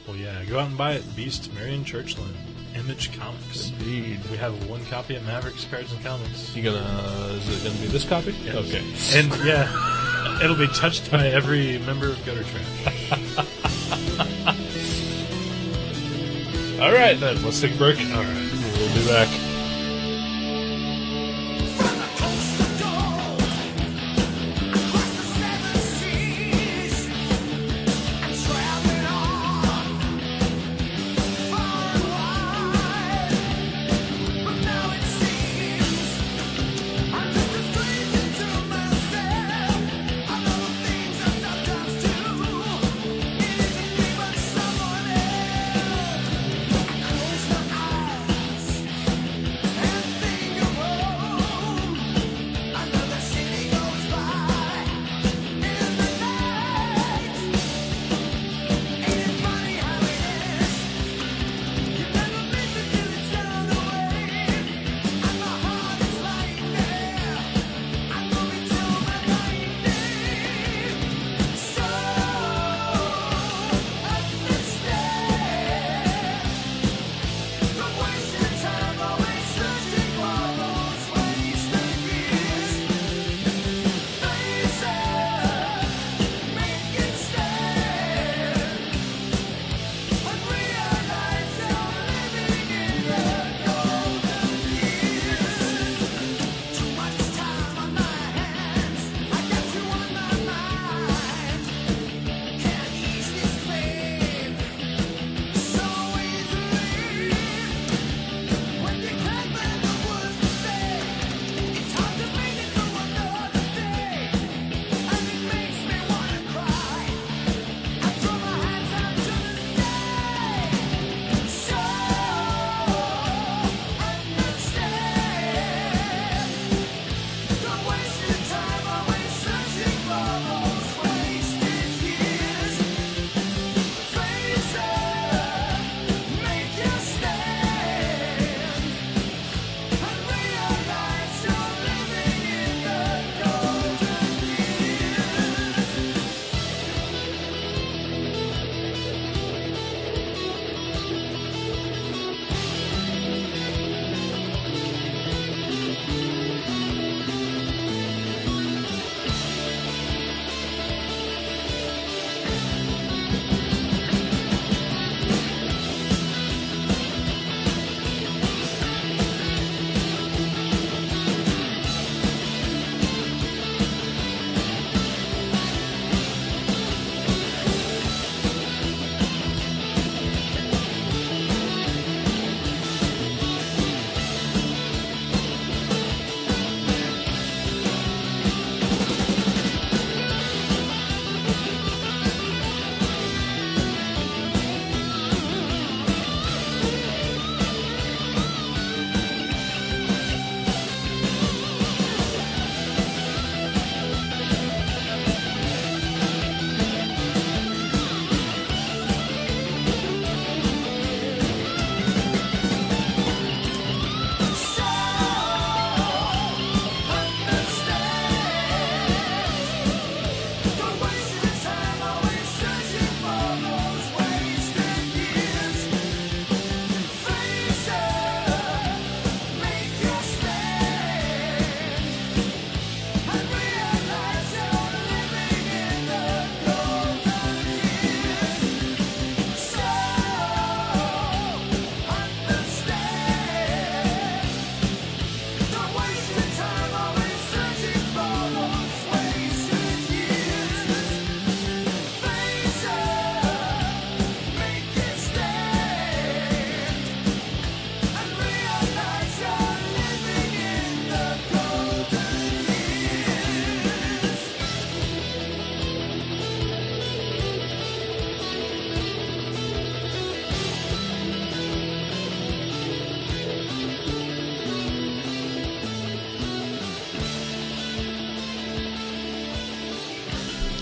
C: Well, yeah, go out and buy it. Beast, Marion Churchland, Image Comics.
B: Indeed.
C: We have one copy at Mavericks Cards and Comics.
B: You gonna is it gonna be this copy? Okay.
C: And yeah, it'll be touched by every member of Gutter Trash.
B: All right then. Let's take a break. All right. We'll be back.
D: Someone else. I close my eyes. I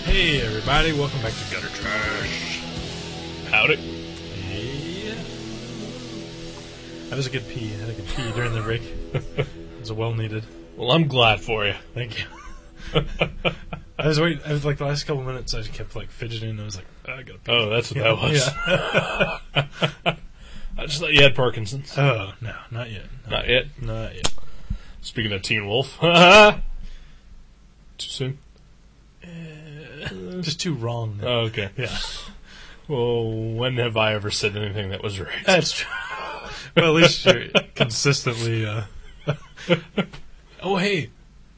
C: Hey everybody, welcome back to Gutter Trash.
B: Howdy.
C: Hey. That was a good pee. I had a good pee during the break. it was well needed.
B: Well, I'm glad for you.
C: Thank you.
B: [laughs]
C: I was waiting. I was like the last couple minutes. I just kept like fidgeting. I was like, I gotta pee.
B: Oh, that's what that was.
C: Yeah.
B: I just thought you had Parkinson's.
C: Oh no, not yet. No,
B: Not yet. Uh-huh.
C: Not yet.
B: Speaking of Teen [laughs] Wolf. Too soon?
C: Just too wrong.
B: Oh, okay.
C: Yeah,
B: Well, when have I ever said anything that was right?
C: that's true. [laughs] well, at least you're consistently. Uh... [laughs] oh hey,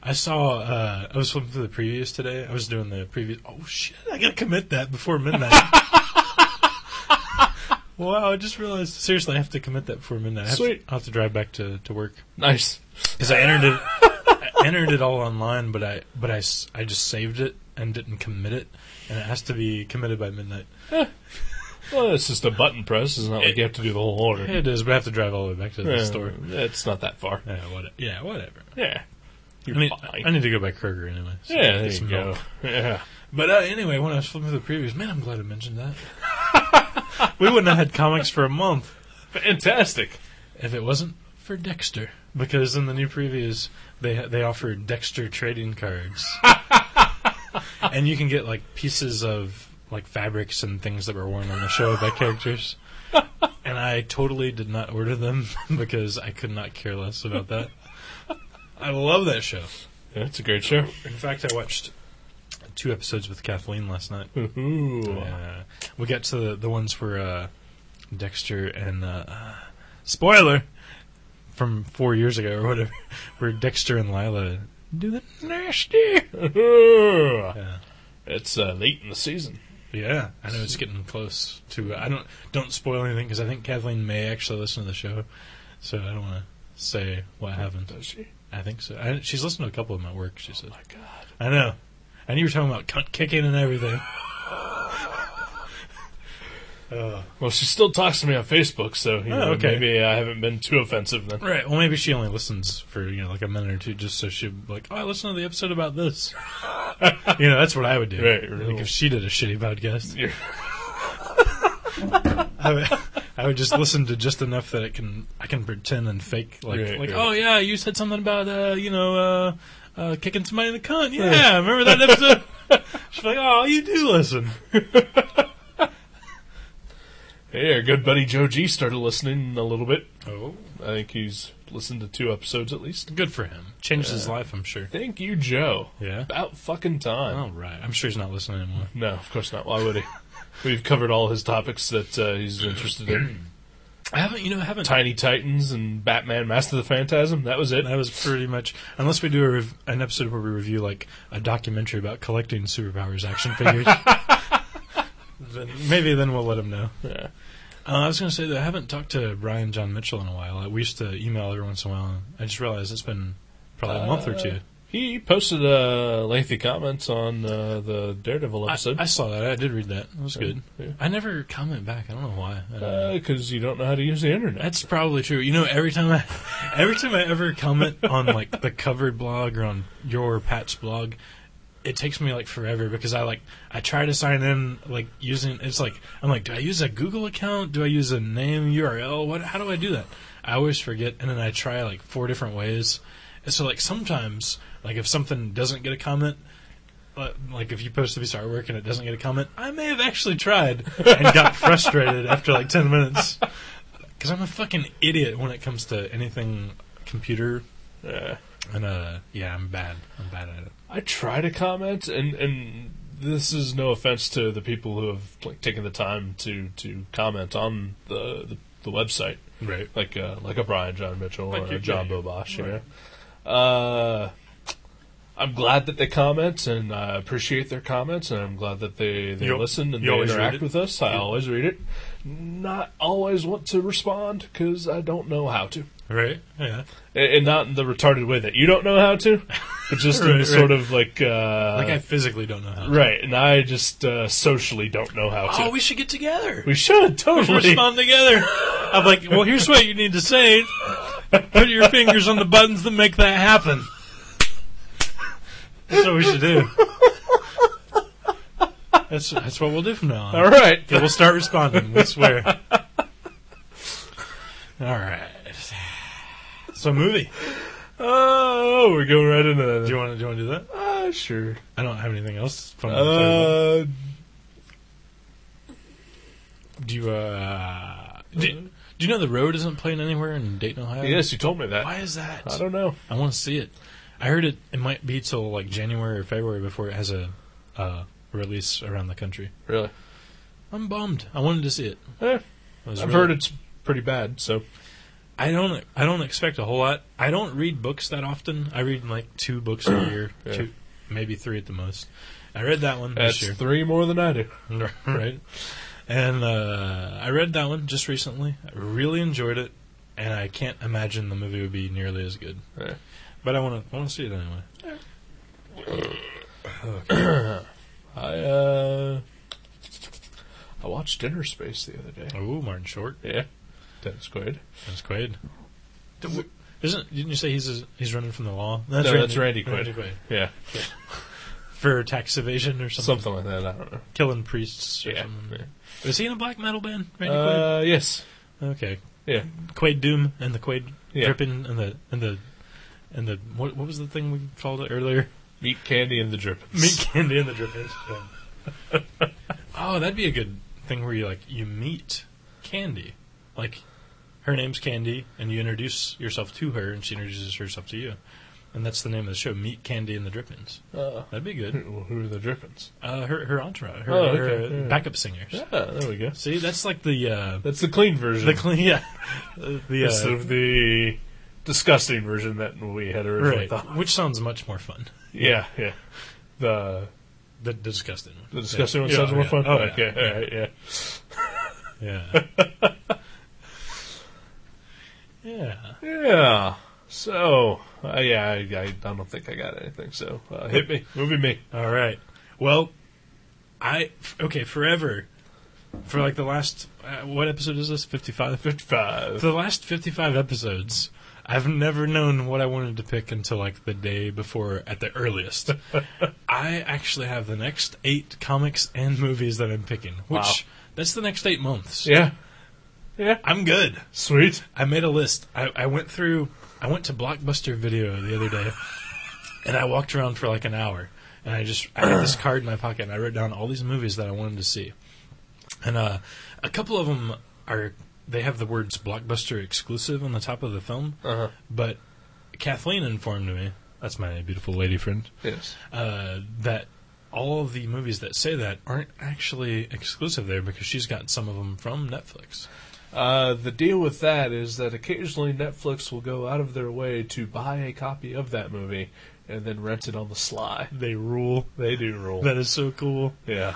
C: I saw. Uh, I was flipping through the previews today. I was doing the preview. Oh shit! I gotta commit that before [laughs] midnight. wow! I just realized. Seriously, I have to commit that before midnight. I have
B: Sweet.
C: To, I'll have to drive back to to work.
B: [laughs] Nice.
C: because I entered it. I entered it all online, but I but I, s- I just saved it and didn't commit it, and it has to be committed by midnight.
B: Well, it's just a button press. It's not like you have to do the whole order.
C: It is, but I have to drive all the way back to the
B: Yeah,
C: store.
B: It's not that far.
C: Yeah, what, yeah, whatever.
B: Yeah. You're
C: I need,
B: fine.
C: I need to go by Kroger anyway. so
B: yeah, there
C: get
B: you
C: some
B: go.
C: milk.
B: Yeah.
C: But uh, anyway, when I was flipping through the previews, man, I'm glad I mentioned that. [laughs] we wouldn't have had comics for a month
B: Fantastic.
C: if it wasn't for Dexter, because in the new previews they they offer Dexter trading cards, [laughs] and you can get like pieces of like fabrics and things that were worn on the show by [laughs] characters. And I totally did not order them [laughs] because I could not care less about that. I love that show.
B: Yeah, it's a great show.
C: In fact, I watched two episodes with Kathleen last night.
B: [laughs] Ooh.
C: Uh, we got to the, the ones where uh, Dexter and uh, uh, spoiler from four years ago or whatever, [laughs] where Dexter and Lila do the nasty. Yeah,
B: It's uh, late in the season.
C: yeah. I know it's getting close to. uh, I don't don't spoil anything because I think Kathleen may actually listen to the show, so I don't want to say what happened.
B: Does she?
C: I think so. I, she's listened to a couple of my work. She said,
B: My God.
C: "I know." And you were talking about cunt kicking and everything.
B: Well, she still talks to me on Facebook, so you
C: Oh,
B: know,
C: okay.
B: maybe I haven't been too offensive
C: [laughs]
B: then.
C: Right. Well, maybe she only listens for you know like a minute or two, just so she like, oh, I listened to the episode about [laughs] this. you know, that's what I would do.
B: Right,
C: Like
B: right.
C: if she did a shitty podcast,
B: Yeah.
C: I would, I would just listen to just enough that it can I can pretend and fake like
B: Right,
C: like
B: right.
C: oh yeah, you said something about uh you know uh, uh kicking somebody in the cunt. Yeah, remember that [laughs] episode? She's like, oh, you do listen.
B: Hey, our good buddy Joe G started listening a little bit.
C: Oh,
B: I think he's listened to two episodes at least.
C: good for him. Changed his life, I'm sure.
B: Thank you, Joe.
C: Yeah.
B: About fucking time.
C: All right. I'm sure he's not listening anymore.
B: No, of course not. Why would
C: [laughs]
B: he? We've covered all his topics that uh, he's interested
C: [clears throat]
B: in.
C: I haven't, you know, I haven't
B: Tiny Titans and Batman Master of the Phantasm. That was it.
C: That was pretty much, unless we do a rev- an episode where we review like a documentary about collecting superpowers
B: [laughs]
C: action figures. then maybe then we'll let him know.
B: Yeah.
C: Uh, I was going to say that I haven't talked to Brian John Mitchell in a while. Uh, we used to email every once in a while. I just realized it's been probably a month or two.
B: He posted uh, lengthy comments on uh, the Daredevil
C: I,
B: episode
C: I saw that. I did read that. It was good.
B: yeah.
C: I never comment back. I don't know why. I don't
B: Uh,
C: know.
B: because you don't know how to use the internet.
C: That's probably true. You know, every time I, every time I ever comment on like the covered blog or on your Pat's blog, it takes me like forever because I like I try to sign in like using it's like I'm like, do I use a Google account? Do I use a name URL? What? How do I do that? I always forget, and then I try like four different ways. And so like sometimes like if something doesn't get a comment. uh, Like if you post a piece of artwork and it doesn't get a comment, I may have actually tried and got frustrated after like ten minutes. Because I'm a fucking idiot when it comes to anything computer.
B: Yeah.
C: And uh, yeah, I'm bad. I'm bad at it.
B: I try to comment, and and this is no offense to the people who have like taken the time to to comment on the the, the website,
C: Right.
B: like uh, like a Brian John Mitchell
C: Like
B: or
C: you-
B: a John
C: yeah, yeah.
B: Bobosh. You know? uh, I'm glad that they comment, and I appreciate their comments, and I'm glad that they they
C: You-
B: listen and
C: you
B: they
C: always read
B: interact
C: it?
B: with us. I always read it. Not always want to respond because I don't know how to.
C: Right. Yeah.
B: And and not in the retarded way that you don't know how to, but
C: [laughs]
B: just in
C: Right,
B: the
C: right.
B: sort of like uh,
C: Like I physically don't know how. to.
B: Right, and I just uh, socially don't know how to.
C: Oh, we should get together.
B: we [laughs] should
C: should
B: totally.
C: respond together. I'm like, well, here's what you need to say. Put your fingers on the buttons that make that happen. That's what we should do. That's that's what we'll do from now on.
B: All right.
C: Yeah, we'll start responding. We swear. [laughs] All right. So movie.
B: Oh, we're going right into that.
C: Do you want to do you want to do that?
B: Ah, sure.
C: I don't have anything else. From
B: Uh,
C: do you uh, do, do you know the road isn't playing anywhere in Dayton, Ohio?
B: yes, you told me that.
C: Why is that?
B: I don't know.
C: I want to see it. I heard it. It might be till like January or February before it has a uh, release around the country.
B: Really?
C: I'm bummed. I wanted to see it.
B: Eh,
C: I was
B: I've
C: really-
B: heard it's pretty bad. So
C: I don't. I don't expect a whole lot. I don't read books that often. I read like two
B: [clears throat]
C: books a year,
B: Yeah.
C: two, maybe three at the most. I read that one
B: that's
C: this year,
B: three more than I do.
C: [laughs]
B: Hmm.
C: right? And uh, I read that one just recently. I really enjoyed it, and I can't imagine the movie would be nearly as good.
B: Yeah.
C: But I want to. I want to see it anyway.
B: I uh, I watched Inner Space the other day.
C: Oh, Martin Short,
B: Yeah, that's good.
C: that's Quaid. Isn't? Didn't you say he's he's running from the law? That's
B: No, that's Randy Quaid. Yeah,
C: for tax evasion or something,
B: something like that. I don't know.
C: killing priests. Or
B: Yeah.
C: something. Was he in a black metal band? Randy Quaid.
B: Uh, yes.
C: Okay.
B: Yeah.
C: Quaid Doom and the Quaid
B: Yeah.
C: Dripping and the and the and the what what was the thing we called it earlier?
B: Meat Candy and the [laughs] Drippins.
C: Meat candy and the dripping. [laughs] oh, that'd be a good thing where you like you meet Candy, like her name's Candy, and you introduce yourself to her, and she introduces herself to you, and that's the name of the show. Meet Candy and the Drippins.
B: Uh,
C: That'd be good.
B: who who are the Drippins?
C: Uh, her her entourage, her,
B: Oh,
C: her
B: okay, yeah.
C: backup singers.
B: Yeah, there we go.
C: See, that's like the uh,
B: That's the clean version.
C: the
B: [laughs]
C: clean, yeah, the uh,
B: Instead of the disgusting version that we had originally
C: Right,
B: thought.
C: which sounds much more fun.
B: Yeah, yeah. The
C: The disgusting one.
B: the disgusting one
C: Yeah,
B: sounds more
C: yeah.
B: fun.
C: Oh,
B: okay, yeah. all right, yeah.
C: yeah. [laughs] yeah.
B: Yeah. So, uh, yeah, I, I don't think I got anything. So, uh, hit me, movie me.
C: All right. Well, I f- okay forever for like the last uh, what episode is this? Fifty five.
B: Fifty-five.
C: [laughs] For the last fifty five episodes, I've never known what I wanted to pick until like the day before at the
B: [laughs]
C: earliest. I actually have the next eight comics and movies that I'm picking, which
B: Wow.
C: that's the next eight months.
B: Yeah. Yeah.
C: I'm good.
B: Sweet.
C: I made a list. I, I went through. I went to Blockbuster Video the other day, and I walked around for like an hour. And I just I had this card in my pocket, and I wrote down all these movies that I wanted to see. And uh, a couple of them are they have the words Blockbuster exclusive on the top of the film.
B: Uh-huh.
C: But Kathleen informed me. That's my beautiful lady friend
B: Yes.
C: uh, that all of the movies that say that aren't actually exclusive there because she's got some of them from Netflix.
B: Uh, the deal with that is that occasionally Netflix will go out of their way to buy a copy of that movie and then rent it on the sly.
C: They rule.
B: [laughs] They do rule.
C: That is so cool.
B: yeah.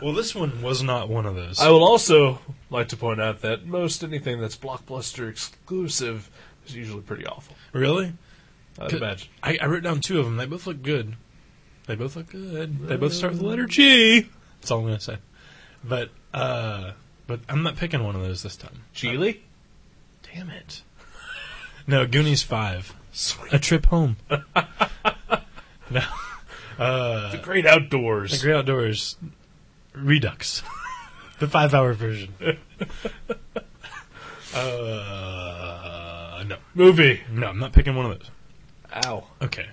C: Well, this one was not one of those.
B: I will also like to point out that most anything that's blockbuster exclusive is usually pretty awful.
C: really?
B: I'd
C: Could-
B: imagine.
C: I, I wrote down two of them. They both look good. They both look good. They both start with the letter G. That's all I'm gonna say. But uh, but I'm not picking one of those this time.
B: Geely?
C: Damn it. No, Goonies five.
B: Sweet.
C: A trip home. no, uh,
B: The Great Outdoors.
C: the great outdoors. Redux, [laughs] the five-hour version. uh, no,
B: movie.
C: no, I'm not picking one of those.
B: Ow.
C: Okay.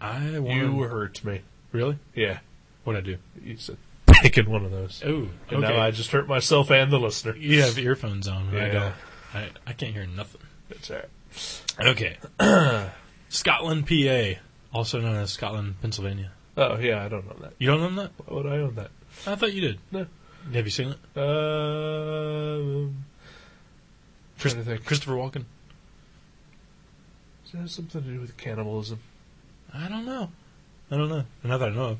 C: I want
B: You hurt me.
C: really
B: Yeah.
C: what I do.
B: You said [laughs] picking one of those.
C: Oh,
B: And now I just hurt myself and the listener.
C: you have earphones on. but I
B: Yeah.
C: don't. I, I can't hear nothing.
B: That's all right.
C: Okay. [clears throat] Scotland, PA, also known as Scotland, Pennsylvania.
B: Oh, yeah, I don't know that.
C: You don't own that?
B: Why would I own that?
C: I thought you did.
B: No.
C: Have you seen it?
B: Um,
C: Chris-
B: trying to think.
C: Christopher Walken.
B: Does it have something to do with cannibalism?
C: I don't know. I don't know. Not that I know. Of.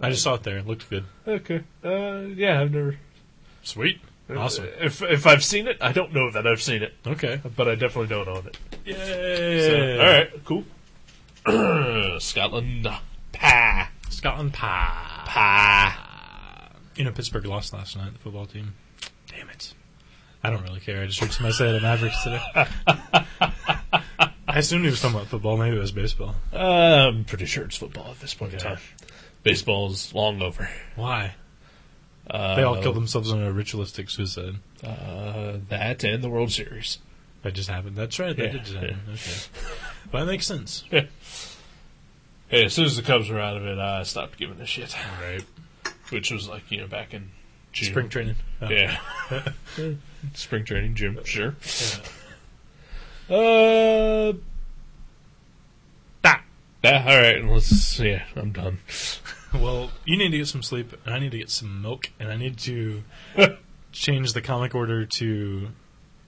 C: I just saw it there. It looked good.
B: Okay. Uh, yeah, I've never. uh,
C: Sweet. Awesome.
B: If if I've seen it, I don't know that I've seen it,
C: Okay.
B: but I definitely don't own it.
C: Yay!
B: So, all right, cool. [clears throat] Scotland. Pa.
C: Scotland, pa.
B: Pa.
C: You know, Pittsburgh lost last night, the football team. Damn it. I don't really care. I just heard somebody say that at Mavericks today. [laughs] I assumed he was talking about football. Maybe it was baseball.
B: Uh, I'm pretty sure it's football at this point in
C: Okay.
B: time. Baseball's long over.
C: Why?
B: Uh,
C: They all killed themselves in a ritualistic suicide.
B: Uh, that and the World Series.
C: That just happened. That's right. That
B: Yeah,
C: did just happen. Okay. Well, that makes sense.
B: Hey, as soon as the Cubs were out of it, I stopped giving a shit.
C: Right.
B: Which was like you know back in June.
C: Spring training. Oh.
B: Yeah. Spring training, Jim. Sure. Uh. Ah. Ah, all right. Let's. Yeah, I'm done. [laughs]
C: Uh, Well, you need to get some sleep, and I need to get some milk, and I need to change the comic order to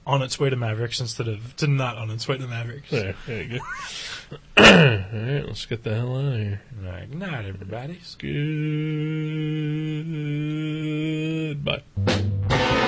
C: on its way to Mavericks instead of to not on its way to Mavericks.
B: There, there you go. [coughs] all right. Let's get the hell out of here.
C: Like, not everybody's.
B: Goodbye.